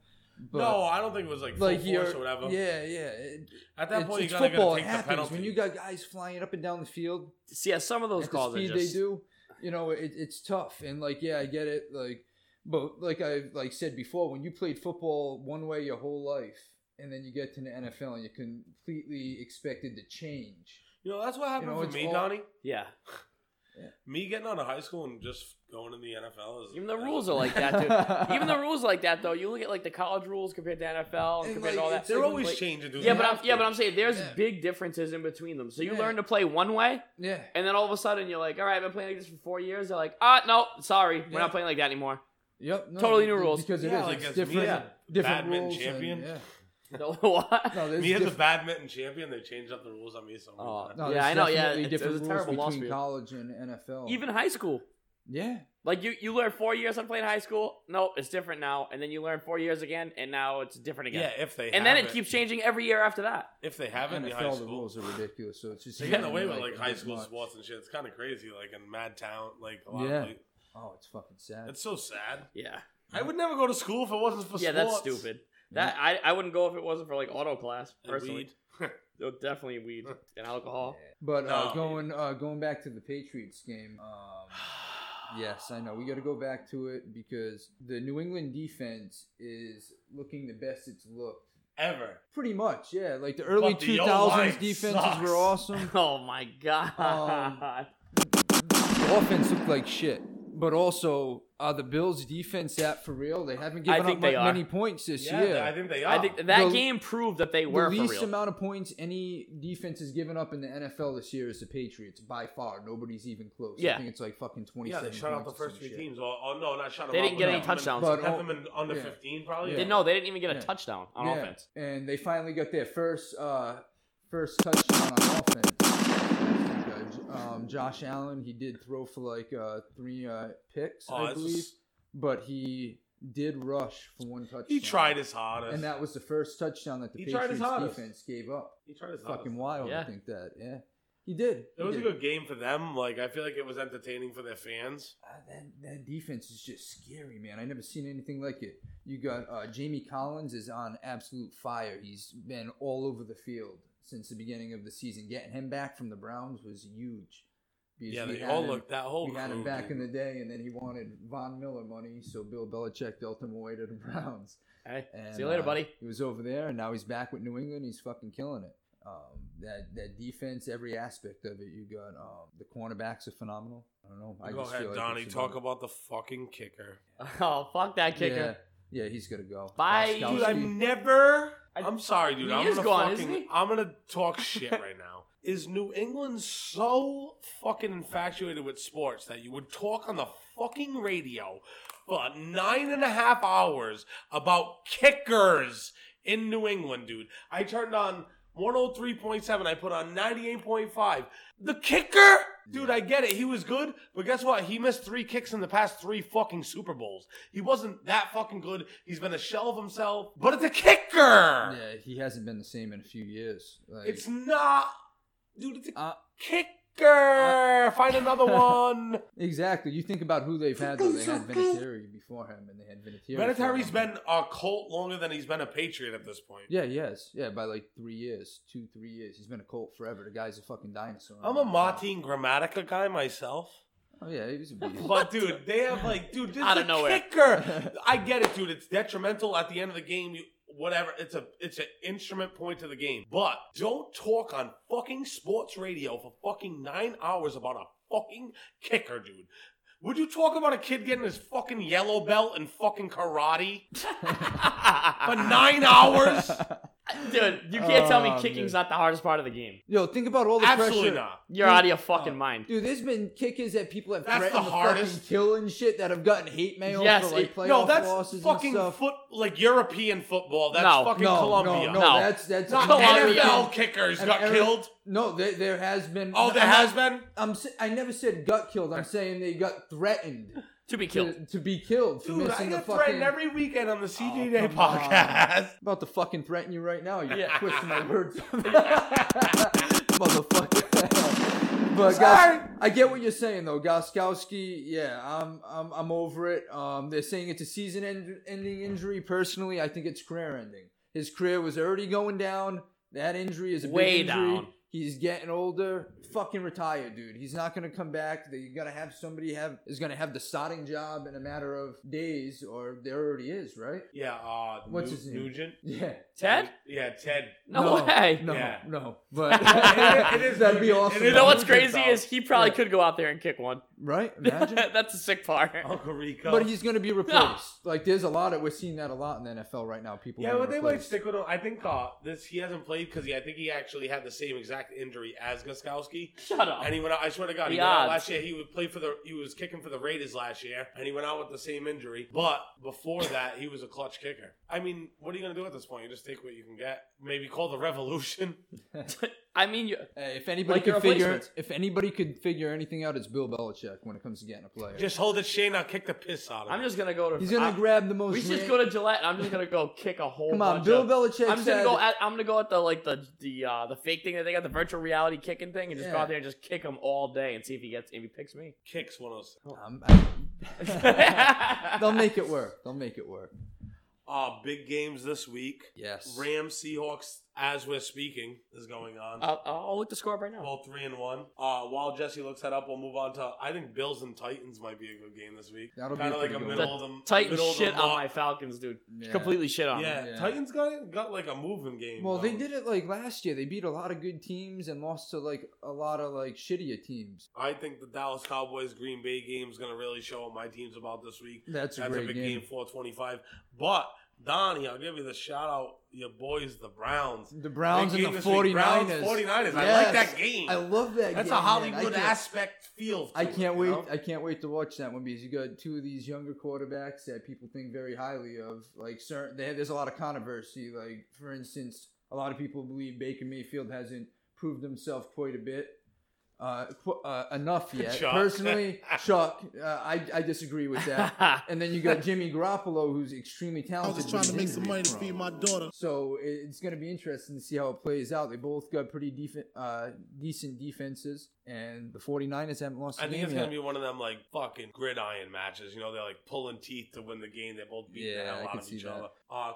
[SPEAKER 2] But
[SPEAKER 1] no, I don't think it was like full
[SPEAKER 2] like
[SPEAKER 1] force
[SPEAKER 2] you're,
[SPEAKER 1] or whatever.
[SPEAKER 2] yeah, yeah. It,
[SPEAKER 1] At that
[SPEAKER 2] it's,
[SPEAKER 1] point,
[SPEAKER 2] it's
[SPEAKER 1] you gotta,
[SPEAKER 2] football.
[SPEAKER 1] gotta take
[SPEAKER 2] it
[SPEAKER 1] the
[SPEAKER 2] happens
[SPEAKER 1] penalty.
[SPEAKER 2] when you got guys flying up and down the field
[SPEAKER 3] see, yeah, some of those
[SPEAKER 2] at
[SPEAKER 3] calls
[SPEAKER 2] the speed
[SPEAKER 3] are just.
[SPEAKER 2] they do, you know, it, it's tough. And like, yeah, I get it. Like, but like I like said before, when you played football one way your whole life, and then you get to the NFL and you're completely expected to change.
[SPEAKER 1] You know, that's what happened
[SPEAKER 2] know,
[SPEAKER 1] for
[SPEAKER 2] it's
[SPEAKER 1] me,
[SPEAKER 2] all-
[SPEAKER 1] Donnie.
[SPEAKER 3] Yeah,
[SPEAKER 1] Me getting out of high school and just going to the NFL is
[SPEAKER 3] even the rules are like that, dude. even the rules are like that, though. You look at like the college rules compared to NFL and
[SPEAKER 2] And,
[SPEAKER 3] compared to
[SPEAKER 2] like,
[SPEAKER 3] all that.
[SPEAKER 2] it's-
[SPEAKER 1] They're always
[SPEAKER 3] Like-
[SPEAKER 1] changing, dude.
[SPEAKER 3] Yeah,
[SPEAKER 1] They
[SPEAKER 3] but I'm,
[SPEAKER 1] have
[SPEAKER 3] yeah,
[SPEAKER 1] to.
[SPEAKER 3] but I'm saying there's
[SPEAKER 2] Yeah.
[SPEAKER 3] big differences in between them. So you
[SPEAKER 2] Yeah.
[SPEAKER 3] learn to play one way,
[SPEAKER 2] Yeah.
[SPEAKER 3] and then all of a sudden you're like, all right, I've been playing like this for four years. They're like, ah, no, sorry, we're
[SPEAKER 2] Yeah.
[SPEAKER 3] not playing like that anymore.
[SPEAKER 2] Yep. no,
[SPEAKER 3] Totally new
[SPEAKER 2] be-
[SPEAKER 3] rules.
[SPEAKER 2] Because it is
[SPEAKER 1] Yeah, like,
[SPEAKER 2] it's
[SPEAKER 1] as me
[SPEAKER 2] different.
[SPEAKER 1] as a
[SPEAKER 2] different
[SPEAKER 1] badminton
[SPEAKER 2] rules and-
[SPEAKER 1] champion.
[SPEAKER 2] yeah.
[SPEAKER 3] No, what?
[SPEAKER 2] No, there's
[SPEAKER 1] Me as a
[SPEAKER 2] diff-
[SPEAKER 1] badminton champion, they changed up the rules on me so many
[SPEAKER 3] Oh.
[SPEAKER 1] times.
[SPEAKER 2] no,
[SPEAKER 3] Yeah,
[SPEAKER 2] there's
[SPEAKER 3] I know, yeah,
[SPEAKER 2] definitely
[SPEAKER 3] it's- it
[SPEAKER 2] different
[SPEAKER 3] was a
[SPEAKER 2] rules
[SPEAKER 3] terrible loss
[SPEAKER 2] between
[SPEAKER 3] for you.
[SPEAKER 2] college and NFL.
[SPEAKER 3] Even high school.
[SPEAKER 2] Yeah.
[SPEAKER 3] Like you, you learn four years on playing high school. No, it's different now. And then you learn four years again, and now it's different again.
[SPEAKER 1] Yeah, if they
[SPEAKER 3] and
[SPEAKER 1] have
[SPEAKER 3] then it, keeps changing every year after that.
[SPEAKER 1] if they have it in the high
[SPEAKER 2] NFL, the
[SPEAKER 1] school.
[SPEAKER 2] rules are ridiculous. So it's just
[SPEAKER 1] They get away with
[SPEAKER 2] like,
[SPEAKER 1] like high
[SPEAKER 2] it's
[SPEAKER 1] school
[SPEAKER 2] not-
[SPEAKER 1] sports and shit. It's kind of crazy. Like in Mad Town, like a lot
[SPEAKER 2] Yeah.
[SPEAKER 1] of like,
[SPEAKER 2] Oh, it's fucking sad.
[SPEAKER 1] it's so sad.
[SPEAKER 3] Yeah,
[SPEAKER 1] I would never go to school if it wasn't for
[SPEAKER 3] yeah, that's
[SPEAKER 1] sports. Mm-hmm.
[SPEAKER 3] stupid. That I, I wouldn't go if it wasn't for like auto class.
[SPEAKER 1] And
[SPEAKER 3] Personally,
[SPEAKER 1] weed.
[SPEAKER 3] No, definitely weed and alcohol.
[SPEAKER 2] But uh,
[SPEAKER 1] No.
[SPEAKER 2] going uh, going back to the Patriots game, um, yes, I know we got to go back to it because the New England defense is looking the best it's looked.
[SPEAKER 1] Ever.
[SPEAKER 2] Pretty much, yeah. Like the early
[SPEAKER 1] But
[SPEAKER 2] two
[SPEAKER 1] the O-line
[SPEAKER 2] thousands defenses
[SPEAKER 1] sucks.
[SPEAKER 2] were awesome.
[SPEAKER 3] Oh my
[SPEAKER 1] Um,
[SPEAKER 3] god.
[SPEAKER 2] The offense looked like shit. But also, are the Bills' defense at for real? They haven't
[SPEAKER 3] I
[SPEAKER 2] given
[SPEAKER 3] think
[SPEAKER 2] up
[SPEAKER 3] they
[SPEAKER 2] mu-
[SPEAKER 3] are.
[SPEAKER 2] many points this
[SPEAKER 1] Yeah,
[SPEAKER 2] year.
[SPEAKER 1] I think they are.
[SPEAKER 3] I think that
[SPEAKER 2] The-
[SPEAKER 3] game proved that they
[SPEAKER 2] the
[SPEAKER 3] were for
[SPEAKER 2] least
[SPEAKER 3] real.
[SPEAKER 2] amount of points any defense has given up in the NFL this year is the Patriots by far. Nobody's even close. I
[SPEAKER 3] Yeah.
[SPEAKER 2] think it's like fucking twenty.
[SPEAKER 1] yeah, they shut out the first three teams. Or, or no, not shut them
[SPEAKER 3] They
[SPEAKER 1] out,
[SPEAKER 3] didn't
[SPEAKER 1] but
[SPEAKER 3] get any
[SPEAKER 1] had them in-
[SPEAKER 3] touchdowns.
[SPEAKER 2] But
[SPEAKER 1] had
[SPEAKER 2] all-
[SPEAKER 1] them in under
[SPEAKER 2] yeah.
[SPEAKER 1] 15, probably.
[SPEAKER 2] Yeah.
[SPEAKER 3] They- no, they didn't even get a
[SPEAKER 2] Yeah.
[SPEAKER 3] touchdown on
[SPEAKER 2] Yeah,
[SPEAKER 3] offense.
[SPEAKER 2] and they finally got their first uh, first touchdown on offense. Um, Josh Allen, he did throw for like uh, three uh, picks,
[SPEAKER 1] Oh,
[SPEAKER 2] I
[SPEAKER 1] it's
[SPEAKER 2] believe,
[SPEAKER 1] just-
[SPEAKER 2] but he did rush for one touchdown.
[SPEAKER 1] he tried his hardest.
[SPEAKER 2] and that was the first touchdown that the
[SPEAKER 1] He tried his
[SPEAKER 2] Patriots
[SPEAKER 1] hardest.
[SPEAKER 2] defense gave up.
[SPEAKER 1] he tried his hardest.
[SPEAKER 2] Fucking wild, I
[SPEAKER 3] Yeah.
[SPEAKER 2] think that. Yeah, he did.
[SPEAKER 1] It
[SPEAKER 2] He
[SPEAKER 1] was a
[SPEAKER 2] did.
[SPEAKER 1] good game for them. Like I feel like it was entertaining for their fans.
[SPEAKER 2] Uh, that, that defense is just scary, man. I never seen anything like it. You got uh, Jamie Collins is on absolute fire. He's been all over the field since the beginning of the season. Getting him back from the Browns was huge. Because
[SPEAKER 1] Yeah,
[SPEAKER 2] we
[SPEAKER 1] they
[SPEAKER 2] had
[SPEAKER 1] all
[SPEAKER 2] him-
[SPEAKER 1] looked that whole.
[SPEAKER 2] We had him
[SPEAKER 1] crew,
[SPEAKER 2] back
[SPEAKER 1] dude.
[SPEAKER 2] in the day, and then he wanted Von Miller money, so Bill Belichick dealt him away to the Browns.
[SPEAKER 3] Hey,
[SPEAKER 2] And,
[SPEAKER 3] see you later,
[SPEAKER 2] uh,
[SPEAKER 3] buddy.
[SPEAKER 2] He was over there, and now he's back with New England. He's fucking killing it. Um, that that defense, every aspect of it. You got um, the cornerbacks are phenomenal. I don't know. I
[SPEAKER 1] Go
[SPEAKER 2] just
[SPEAKER 1] ahead,
[SPEAKER 2] feel like
[SPEAKER 1] Donnie.
[SPEAKER 2] it's
[SPEAKER 1] Talk about the fucking kicker.
[SPEAKER 3] Oh, fuck that kicker.
[SPEAKER 2] Yeah, yeah he's gonna go.
[SPEAKER 3] Bye.
[SPEAKER 2] Gostkowski.
[SPEAKER 1] Dude, I've never.
[SPEAKER 3] I-
[SPEAKER 1] I'm sorry, dude.
[SPEAKER 3] He
[SPEAKER 1] I'm
[SPEAKER 3] is
[SPEAKER 1] gonna
[SPEAKER 3] gone,
[SPEAKER 1] fucking.
[SPEAKER 3] isn't he?
[SPEAKER 1] I'm gonna talk shit right now. Is New England so fucking infatuated with sports that you would talk on the fucking radio for nine and a half hours about kickers in New England, dude? I turned on 103.7. I put on 98.5. The kicker. Dude, I get it. He was good, but guess what? He missed three kicks in the past three fucking Super Bowls. He wasn't that fucking good. He's been a shell of himself, but it's a kicker.
[SPEAKER 2] Yeah, he hasn't been the same in a few years. Like,
[SPEAKER 1] It's not, dude. It's a
[SPEAKER 2] Uh,
[SPEAKER 1] kicker. Find another one.
[SPEAKER 2] exactly. You think about who they've had. Though. They had Vinatieri before him, and they had Vinatieri. before
[SPEAKER 1] Benatari's
[SPEAKER 2] him.
[SPEAKER 1] been a Colt longer than he's been a Patriot at this point.
[SPEAKER 2] Yeah, yes, yeah. By like three years, two, three years, he's been a Colt forever. The guy's a fucking dinosaur.
[SPEAKER 1] I'm a Martin Grammatica guy myself.
[SPEAKER 2] Oh yeah, he was a beast.
[SPEAKER 1] But dude, they have like, dude, this
[SPEAKER 3] Out
[SPEAKER 1] is
[SPEAKER 3] of
[SPEAKER 1] a
[SPEAKER 3] nowhere.
[SPEAKER 1] kicker. I get it, dude. It's detrimental at the end of the game. You, whatever. It's a it's an instrument point to the game. But don't talk on fucking sports radio for fucking nine hours about a fucking kicker, dude. Would you talk about a kid getting his fucking yellow belt and fucking karate for nine hours?
[SPEAKER 3] Dude, you can't tell
[SPEAKER 2] Oh,
[SPEAKER 3] me kicking's not the hardest part of the game.
[SPEAKER 2] Yo, think about all the
[SPEAKER 1] Absolutely
[SPEAKER 2] pressure.
[SPEAKER 1] not.
[SPEAKER 3] You're out of your fucking mind.
[SPEAKER 2] oh, Dude, there's been kickers that people have
[SPEAKER 1] That's
[SPEAKER 2] threatened
[SPEAKER 1] the
[SPEAKER 2] to fucking
[SPEAKER 1] hardest.
[SPEAKER 2] kill and shit that have gotten hate mail
[SPEAKER 3] Yes,
[SPEAKER 2] for like
[SPEAKER 3] it-
[SPEAKER 2] playoff
[SPEAKER 1] No,
[SPEAKER 2] losses
[SPEAKER 1] that's fucking
[SPEAKER 2] and stuff.
[SPEAKER 1] foot like European football. That's
[SPEAKER 3] No,
[SPEAKER 1] fucking
[SPEAKER 2] no,
[SPEAKER 1] Colombia.
[SPEAKER 2] no, no,
[SPEAKER 3] No.
[SPEAKER 2] that's that's
[SPEAKER 1] Not
[SPEAKER 3] Colombia.
[SPEAKER 1] NFL kickers
[SPEAKER 2] And
[SPEAKER 1] got
[SPEAKER 2] every-
[SPEAKER 1] killed.
[SPEAKER 2] No, there, there has been.
[SPEAKER 1] Oh, there
[SPEAKER 2] I'm
[SPEAKER 1] has
[SPEAKER 2] not-
[SPEAKER 1] been.
[SPEAKER 2] I'm. s- I never said got killed. I'm saying they got threatened
[SPEAKER 3] To be killed.
[SPEAKER 2] to, to be killed for
[SPEAKER 1] Dude, I
[SPEAKER 2] missing the
[SPEAKER 1] get
[SPEAKER 2] fucking.
[SPEAKER 1] threatened every weekend on the CJ
[SPEAKER 2] Oh,
[SPEAKER 1] Day
[SPEAKER 2] come on.
[SPEAKER 1] podcast.
[SPEAKER 2] about to fucking threaten you right now. You
[SPEAKER 3] Yeah.
[SPEAKER 2] twisting my words, motherfucker. But
[SPEAKER 1] Sorry.
[SPEAKER 2] Gos- I get what you're saying though, Goskowski. Yeah, I'm, I'm, I'm over it. Um, they're saying it's a season-ending injury. Personally, I think it's career-ending. His career was already going down. That injury is a
[SPEAKER 3] Way
[SPEAKER 2] big injury.
[SPEAKER 3] down.
[SPEAKER 2] He's getting older. Fucking retire, dude. He's not gonna come back. They gotta have somebody have is gonna have the starting job in a matter of days, or there already is, right?
[SPEAKER 1] Yeah, uh,
[SPEAKER 2] What's
[SPEAKER 1] Nu-
[SPEAKER 2] his name?
[SPEAKER 1] Nugent?
[SPEAKER 2] Yeah.
[SPEAKER 3] Ted?
[SPEAKER 1] Yeah, Ted.
[SPEAKER 3] No, way.
[SPEAKER 2] No,
[SPEAKER 1] Yeah.
[SPEAKER 2] no. But
[SPEAKER 1] It- it is-
[SPEAKER 2] that'd be
[SPEAKER 1] it
[SPEAKER 2] awesome.
[SPEAKER 1] is-
[SPEAKER 3] You know what's
[SPEAKER 1] Nugent,
[SPEAKER 3] crazy
[SPEAKER 1] though.
[SPEAKER 3] is he probably
[SPEAKER 2] Yeah.
[SPEAKER 3] could go out there and kick one.
[SPEAKER 2] right? Imagine. Oh.
[SPEAKER 3] That's the sick part.
[SPEAKER 1] Uncle Rico.
[SPEAKER 2] but he's going to be replaced. Like there's a lot of we're seeing that a lot in the NFL right now. People.
[SPEAKER 1] yeah,
[SPEAKER 2] being
[SPEAKER 1] but they might
[SPEAKER 2] replaced.
[SPEAKER 1] stick with him. I think uh, this he hasn't played because I think he actually had the same exact injury as Guskowski.
[SPEAKER 3] Shut up.
[SPEAKER 1] And he went out. I swear to God, he
[SPEAKER 3] The
[SPEAKER 1] went out
[SPEAKER 3] odds.
[SPEAKER 1] last year. He would play for the. He was kicking for the Raiders last year, and he went out with the same injury. But before that, he was a clutch kicker. I mean, what are you going to do at this point? You just take what you can get. Maybe call the revolution.
[SPEAKER 3] I mean, you,
[SPEAKER 2] Hey, if anybody
[SPEAKER 3] Like your
[SPEAKER 2] could figure,
[SPEAKER 3] replacements.
[SPEAKER 2] if anybody could figure anything out, it's Bill Belichick when it comes to getting a player.
[SPEAKER 1] Just hold it, Shane. I'll kick the piss out of
[SPEAKER 3] I'm
[SPEAKER 1] him.
[SPEAKER 3] just gonna go to.
[SPEAKER 2] He's gonna
[SPEAKER 3] I-
[SPEAKER 2] grab the most.
[SPEAKER 3] We should just
[SPEAKER 2] ran-
[SPEAKER 3] go to Gillette. and I'm just gonna go kick a whole.
[SPEAKER 2] Come on,
[SPEAKER 3] bunch
[SPEAKER 2] Bill
[SPEAKER 3] of-
[SPEAKER 2] Belichick
[SPEAKER 3] I'm just gonna
[SPEAKER 2] said-
[SPEAKER 3] go. At, I'm gonna go at the like the the uh, the fake thing that they got, the virtual reality kicking thing, and just go
[SPEAKER 2] Yeah.
[SPEAKER 3] out there and just kick him all day and see if he gets if he picks me.
[SPEAKER 1] Kicks one oh of those.
[SPEAKER 2] Um, I-
[SPEAKER 3] They'll
[SPEAKER 2] they'll make it work. They'll make it work.
[SPEAKER 1] Uh, big games this week.
[SPEAKER 2] Yes.
[SPEAKER 1] Rams, Seahawks, as we're speaking, is going on.
[SPEAKER 3] I'll, I'll look the score up right now.
[SPEAKER 1] Well, three and one. Uh, while Jesse looks that up, we'll move on to. I think Bills and Titans might be a good game this week.
[SPEAKER 2] That'll be
[SPEAKER 1] kind
[SPEAKER 2] a
[SPEAKER 1] of like a
[SPEAKER 2] pretty good
[SPEAKER 1] middle
[SPEAKER 3] one.
[SPEAKER 1] of the
[SPEAKER 3] Titans
[SPEAKER 1] middle of the
[SPEAKER 3] shit on
[SPEAKER 1] lot.
[SPEAKER 3] my Falcons, dude.
[SPEAKER 2] Yeah.
[SPEAKER 3] Completely shit on. them.
[SPEAKER 1] Yeah,
[SPEAKER 2] Yeah.
[SPEAKER 1] Titans got got like a moving game.
[SPEAKER 2] Well, they
[SPEAKER 1] though.
[SPEAKER 2] did it like last year. They beat a lot of good teams and lost to like a lot of like shittier teams.
[SPEAKER 1] I think the Dallas Cowboys Green Bay game is going to really show what my team's about this week.
[SPEAKER 2] That's a
[SPEAKER 1] That's
[SPEAKER 2] great
[SPEAKER 1] a big
[SPEAKER 2] game.
[SPEAKER 1] game, 425. But, Donnie, I'll give you the shout out. Your boys, the Browns.
[SPEAKER 2] The Browns
[SPEAKER 1] Big game
[SPEAKER 2] and the
[SPEAKER 1] this week.
[SPEAKER 2] 49ers.
[SPEAKER 1] Browns, 49ers. I like that game.
[SPEAKER 2] I love that
[SPEAKER 1] That's a
[SPEAKER 2] game. man. I
[SPEAKER 1] Hollywood
[SPEAKER 2] can't-
[SPEAKER 1] aspect feel. to
[SPEAKER 2] I
[SPEAKER 1] it,
[SPEAKER 2] can't
[SPEAKER 1] you
[SPEAKER 2] wait.
[SPEAKER 1] know?
[SPEAKER 2] I can't wait to watch that one because you got two of these younger quarterbacks that people think very highly of. Like certain, they have, there's a lot of controversy. Like for instance, a lot of people believe Baker Mayfield hasn't proved himself quite a bit. Uh, qu- uh, enough yet.
[SPEAKER 1] Chuck.
[SPEAKER 2] Personally, Chuck, uh, I, I disagree with that. and then you got Jimmy Garoppolo, who's extremely talented. but he's injury prone.
[SPEAKER 8] my daughter.
[SPEAKER 2] So it- it's going to be interesting to see how it plays out. They both got pretty defen uh, decent defenses, and the 49ers haven't lost
[SPEAKER 1] I
[SPEAKER 2] a
[SPEAKER 1] think
[SPEAKER 2] game
[SPEAKER 1] it's going
[SPEAKER 2] yet.
[SPEAKER 1] to be one of them, like, fucking gridiron matches. You know, they're, like, pulling teeth to win the game. They both beat
[SPEAKER 2] Yeah,
[SPEAKER 1] the
[SPEAKER 2] I
[SPEAKER 1] hell out
[SPEAKER 2] could
[SPEAKER 1] of
[SPEAKER 2] see
[SPEAKER 1] each
[SPEAKER 2] that.
[SPEAKER 1] other.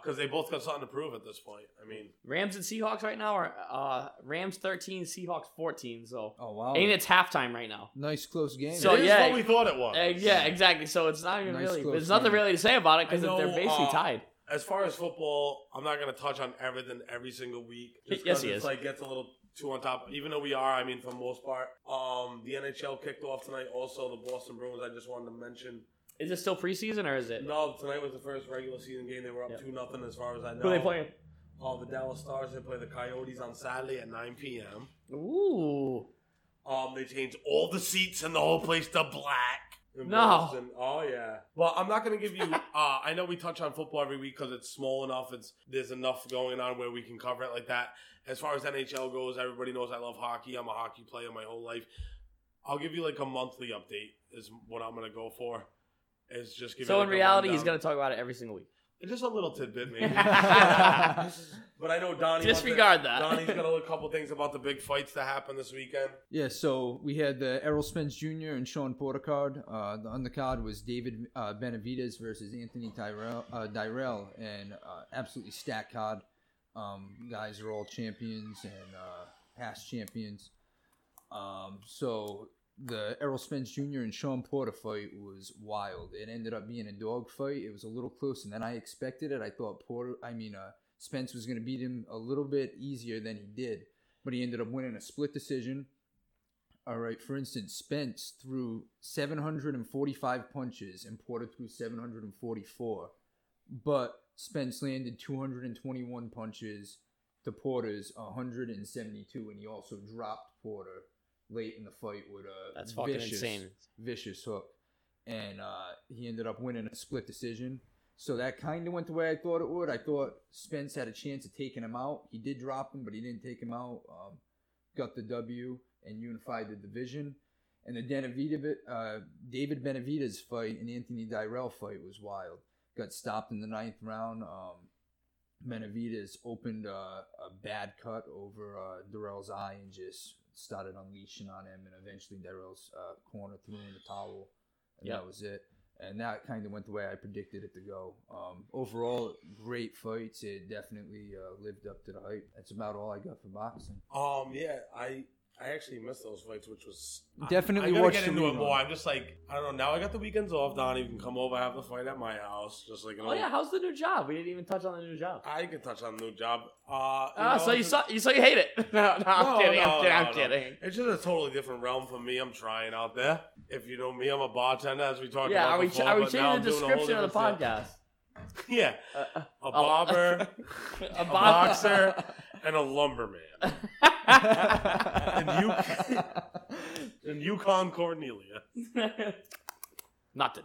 [SPEAKER 1] Because they both got something to prove at this point. I mean,
[SPEAKER 3] Rams and Seahawks right now are uh, Rams 13, Seahawks 14. So
[SPEAKER 2] oh wow!
[SPEAKER 3] and it's halftime right now.
[SPEAKER 2] nice close game.
[SPEAKER 3] So,
[SPEAKER 1] it is
[SPEAKER 3] yeah.
[SPEAKER 1] what we thought it was.
[SPEAKER 3] Uh, yeah, exactly. So it's not even
[SPEAKER 2] Oh, Nice
[SPEAKER 3] really.
[SPEAKER 2] close
[SPEAKER 3] There's nothing
[SPEAKER 2] game.
[SPEAKER 3] really to say about it because
[SPEAKER 1] I know,
[SPEAKER 3] they're basically
[SPEAKER 1] uh,
[SPEAKER 3] tied.
[SPEAKER 1] as far as football, I'm not going to touch on everything every single week. just
[SPEAKER 3] Yes,
[SPEAKER 1] 'cause
[SPEAKER 3] he
[SPEAKER 1] it's
[SPEAKER 3] is.
[SPEAKER 1] Like gets a little too on top. Even though we are, I mean, for the most part, um, the NHL kicked off tonight. Also, the Boston Bruins. I just wanted to mention.
[SPEAKER 3] Is it still preseason or is it?
[SPEAKER 1] No, tonight was the first regular season game. They were up
[SPEAKER 3] Yep.
[SPEAKER 1] two nothing, as far as I know.
[SPEAKER 3] Who are they playing?
[SPEAKER 1] Oh, the Dallas Stars. They play the Coyotes on Saturday at 9 p.m.
[SPEAKER 3] Ooh.
[SPEAKER 1] Um, they changed all the seats in the whole place to black. in
[SPEAKER 3] No.
[SPEAKER 1] Boston. Oh yeah. Well, I'm not gonna give you. uh, I know we touch on football every week because it's small enough. It's there's enough going on where we can cover it like that. As far as NHL goes, everybody knows I love hockey. I'm a hockey player my whole life. I'll give you like a monthly update is what I'm gonna go for. Is just give you,
[SPEAKER 3] So
[SPEAKER 1] like,
[SPEAKER 3] in
[SPEAKER 1] a
[SPEAKER 3] reality, he's
[SPEAKER 1] rundown.
[SPEAKER 3] gonna talk about it every single week.
[SPEAKER 1] just a little tidbit maybe.
[SPEAKER 3] yeah,
[SPEAKER 1] but I know Donnie. wants to-
[SPEAKER 3] Disregard that.
[SPEAKER 1] Donnie's got a couple things about the big fights that happen this weekend.
[SPEAKER 2] yeah, so we had the Errol Spence Jr. and Sean Porter card. Uh, the undercard was David uh, Benavides versus Anthony Tyrell, uh, Dyrell, and uh, absolutely stacked card. Um, guys are all champions and uh, past champions. Um, so the Errol Spence Jr. and Sean Porter fight was wild. It ended up being a dog fight. It was a little closer than I expected it. I thought Porter, I mean, uh, Spence was going to beat him a little bit easier than he did, but he ended up winning a split decision. All right, for instance, Spence threw 745 punches and Porter threw 744, but Spence landed 221 punches to Porter's 172, and he also dropped Porter late in the fight with a
[SPEAKER 3] That's fucking
[SPEAKER 2] vicious-
[SPEAKER 3] insane.
[SPEAKER 2] vicious hook, and uh, he ended up winning a split decision. So that kind of went the way I thought it would. I thought Spence had a chance of taking him out. He did drop him, but he didn't take him out. Um, got the W and unified the division. And the Denavita, uh, David Benavides fight and Anthony Dyrell fight was wild. Got stopped in the ninth round. Um, Benavides opened uh, a bad cut over uh, Darrell's eye and just started unleashing on him, and eventually Darrell's uh, corner threw in the towel, and
[SPEAKER 3] Yep.
[SPEAKER 2] that was it. And that kind of went the way I predicted it to go. Um, overall, great fights. It definitely uh, lived up to the hype. That's about all I got for boxing.
[SPEAKER 1] Um, yeah, I I actually missed those fights, which was
[SPEAKER 2] Definitely
[SPEAKER 1] I, I gotta
[SPEAKER 2] watch
[SPEAKER 1] get
[SPEAKER 2] the
[SPEAKER 1] into it
[SPEAKER 2] rerun.
[SPEAKER 1] more. I'm just like I don't know. Now I got the weekends off. Donnie can come over, have the fight at my house. Just like you know,
[SPEAKER 3] Oh yeah, how's the new job? We didn't even touch on the new job.
[SPEAKER 1] I can touch on the new job. Uh,
[SPEAKER 3] Ah,
[SPEAKER 1] know,
[SPEAKER 3] so you
[SPEAKER 1] it's
[SPEAKER 3] saw,
[SPEAKER 1] just-
[SPEAKER 3] you so you hate it? No, no, I'm
[SPEAKER 1] No,
[SPEAKER 3] kidding.
[SPEAKER 1] no,
[SPEAKER 3] I'm kidding. I'm
[SPEAKER 1] no, no.
[SPEAKER 3] kidding.
[SPEAKER 1] It's just a totally different realm for me. I'm trying out there. If you know me, I'm a bartender, as we talked
[SPEAKER 3] Yeah,
[SPEAKER 1] about
[SPEAKER 3] are we
[SPEAKER 1] before.
[SPEAKER 3] are we
[SPEAKER 1] but now
[SPEAKER 3] changing the
[SPEAKER 1] I'm doing a whole
[SPEAKER 3] description of the
[SPEAKER 1] different
[SPEAKER 3] podcast?
[SPEAKER 1] thing. Yeah,
[SPEAKER 3] Uh,
[SPEAKER 1] a barber,
[SPEAKER 3] a
[SPEAKER 1] a
[SPEAKER 3] box.
[SPEAKER 1] boxer, and a lumberman, and you and Yukon Cornelia.
[SPEAKER 3] Nothing.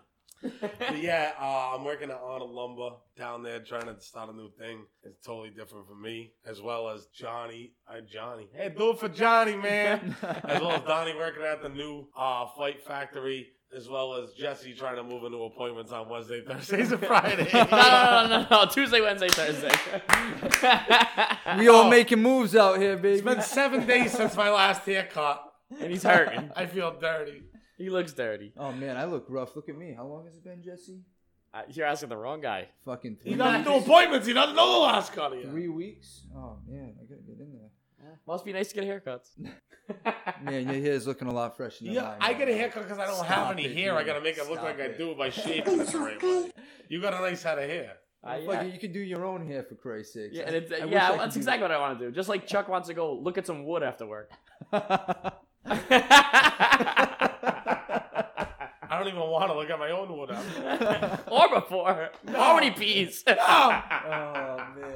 [SPEAKER 1] But yeah, uh, I'm working at Honor Lumber down there, trying to start a new thing. It's totally different for me, as well as Johnny. Uh, Johnny, hey, do it for Johnny, man. as well as Donnie working at the new uh, Fight Factory. As well as Jesse trying to move into appointments on Wednesday, Thursdays, and Fridays.
[SPEAKER 3] No, no, no, no, no. Tuesday, Wednesday, Thursday.
[SPEAKER 2] We all making moves out here, baby.
[SPEAKER 1] Oh. It's been seven days since my last haircut.
[SPEAKER 3] and he's hurting.
[SPEAKER 1] I feel dirty.
[SPEAKER 3] He looks dirty.
[SPEAKER 2] oh man, I look rough. Look at me. How long has it been, Jesse?
[SPEAKER 3] Uh, You're asking the wrong guy.
[SPEAKER 2] Fucking three,
[SPEAKER 1] He doesn't do appointments. He doesn't know the last cut yet.
[SPEAKER 2] three weeks. Oh man, I gotta get in there.
[SPEAKER 3] Must be nice to get haircuts. Uh,
[SPEAKER 2] Man, your hair's looking a lot fresher. Than
[SPEAKER 1] Yeah,
[SPEAKER 2] mine,
[SPEAKER 1] I
[SPEAKER 2] man.
[SPEAKER 1] get a haircut because I don't have any hair. I gotta make it look like I do by shaving it the right way. You got a nice head of hair.
[SPEAKER 3] Uh, yeah.
[SPEAKER 2] Fuck it, you could do your own hair for Christ's sake.
[SPEAKER 3] Yeah, and it's, uh, yeah, that's exactly what I want to do. Just like Chuck wants to go look at some wood after work.
[SPEAKER 1] I don't even want to look at my own wood. out.
[SPEAKER 3] or before. Already peas.
[SPEAKER 2] Oh man.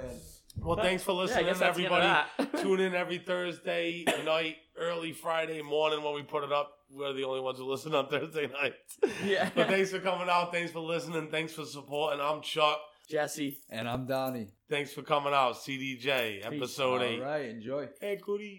[SPEAKER 1] Well, thanks for
[SPEAKER 3] Yeah, I
[SPEAKER 1] listening,
[SPEAKER 3] guess that's the end of
[SPEAKER 1] everybody.
[SPEAKER 3] that.
[SPEAKER 1] Tune in every Thursday night, early Friday morning when we put it up. We're the only ones who listen on Thursday nights.
[SPEAKER 3] Yeah.
[SPEAKER 1] But thanks for coming out. Thanks for listening. Thanks for supporting. I'm Chuck.
[SPEAKER 3] Jesse.
[SPEAKER 2] And I'm Donnie.
[SPEAKER 1] Thanks for coming out, CDJ, episode
[SPEAKER 2] All
[SPEAKER 1] eight.
[SPEAKER 2] right, enjoy.
[SPEAKER 1] Hey, Cootie.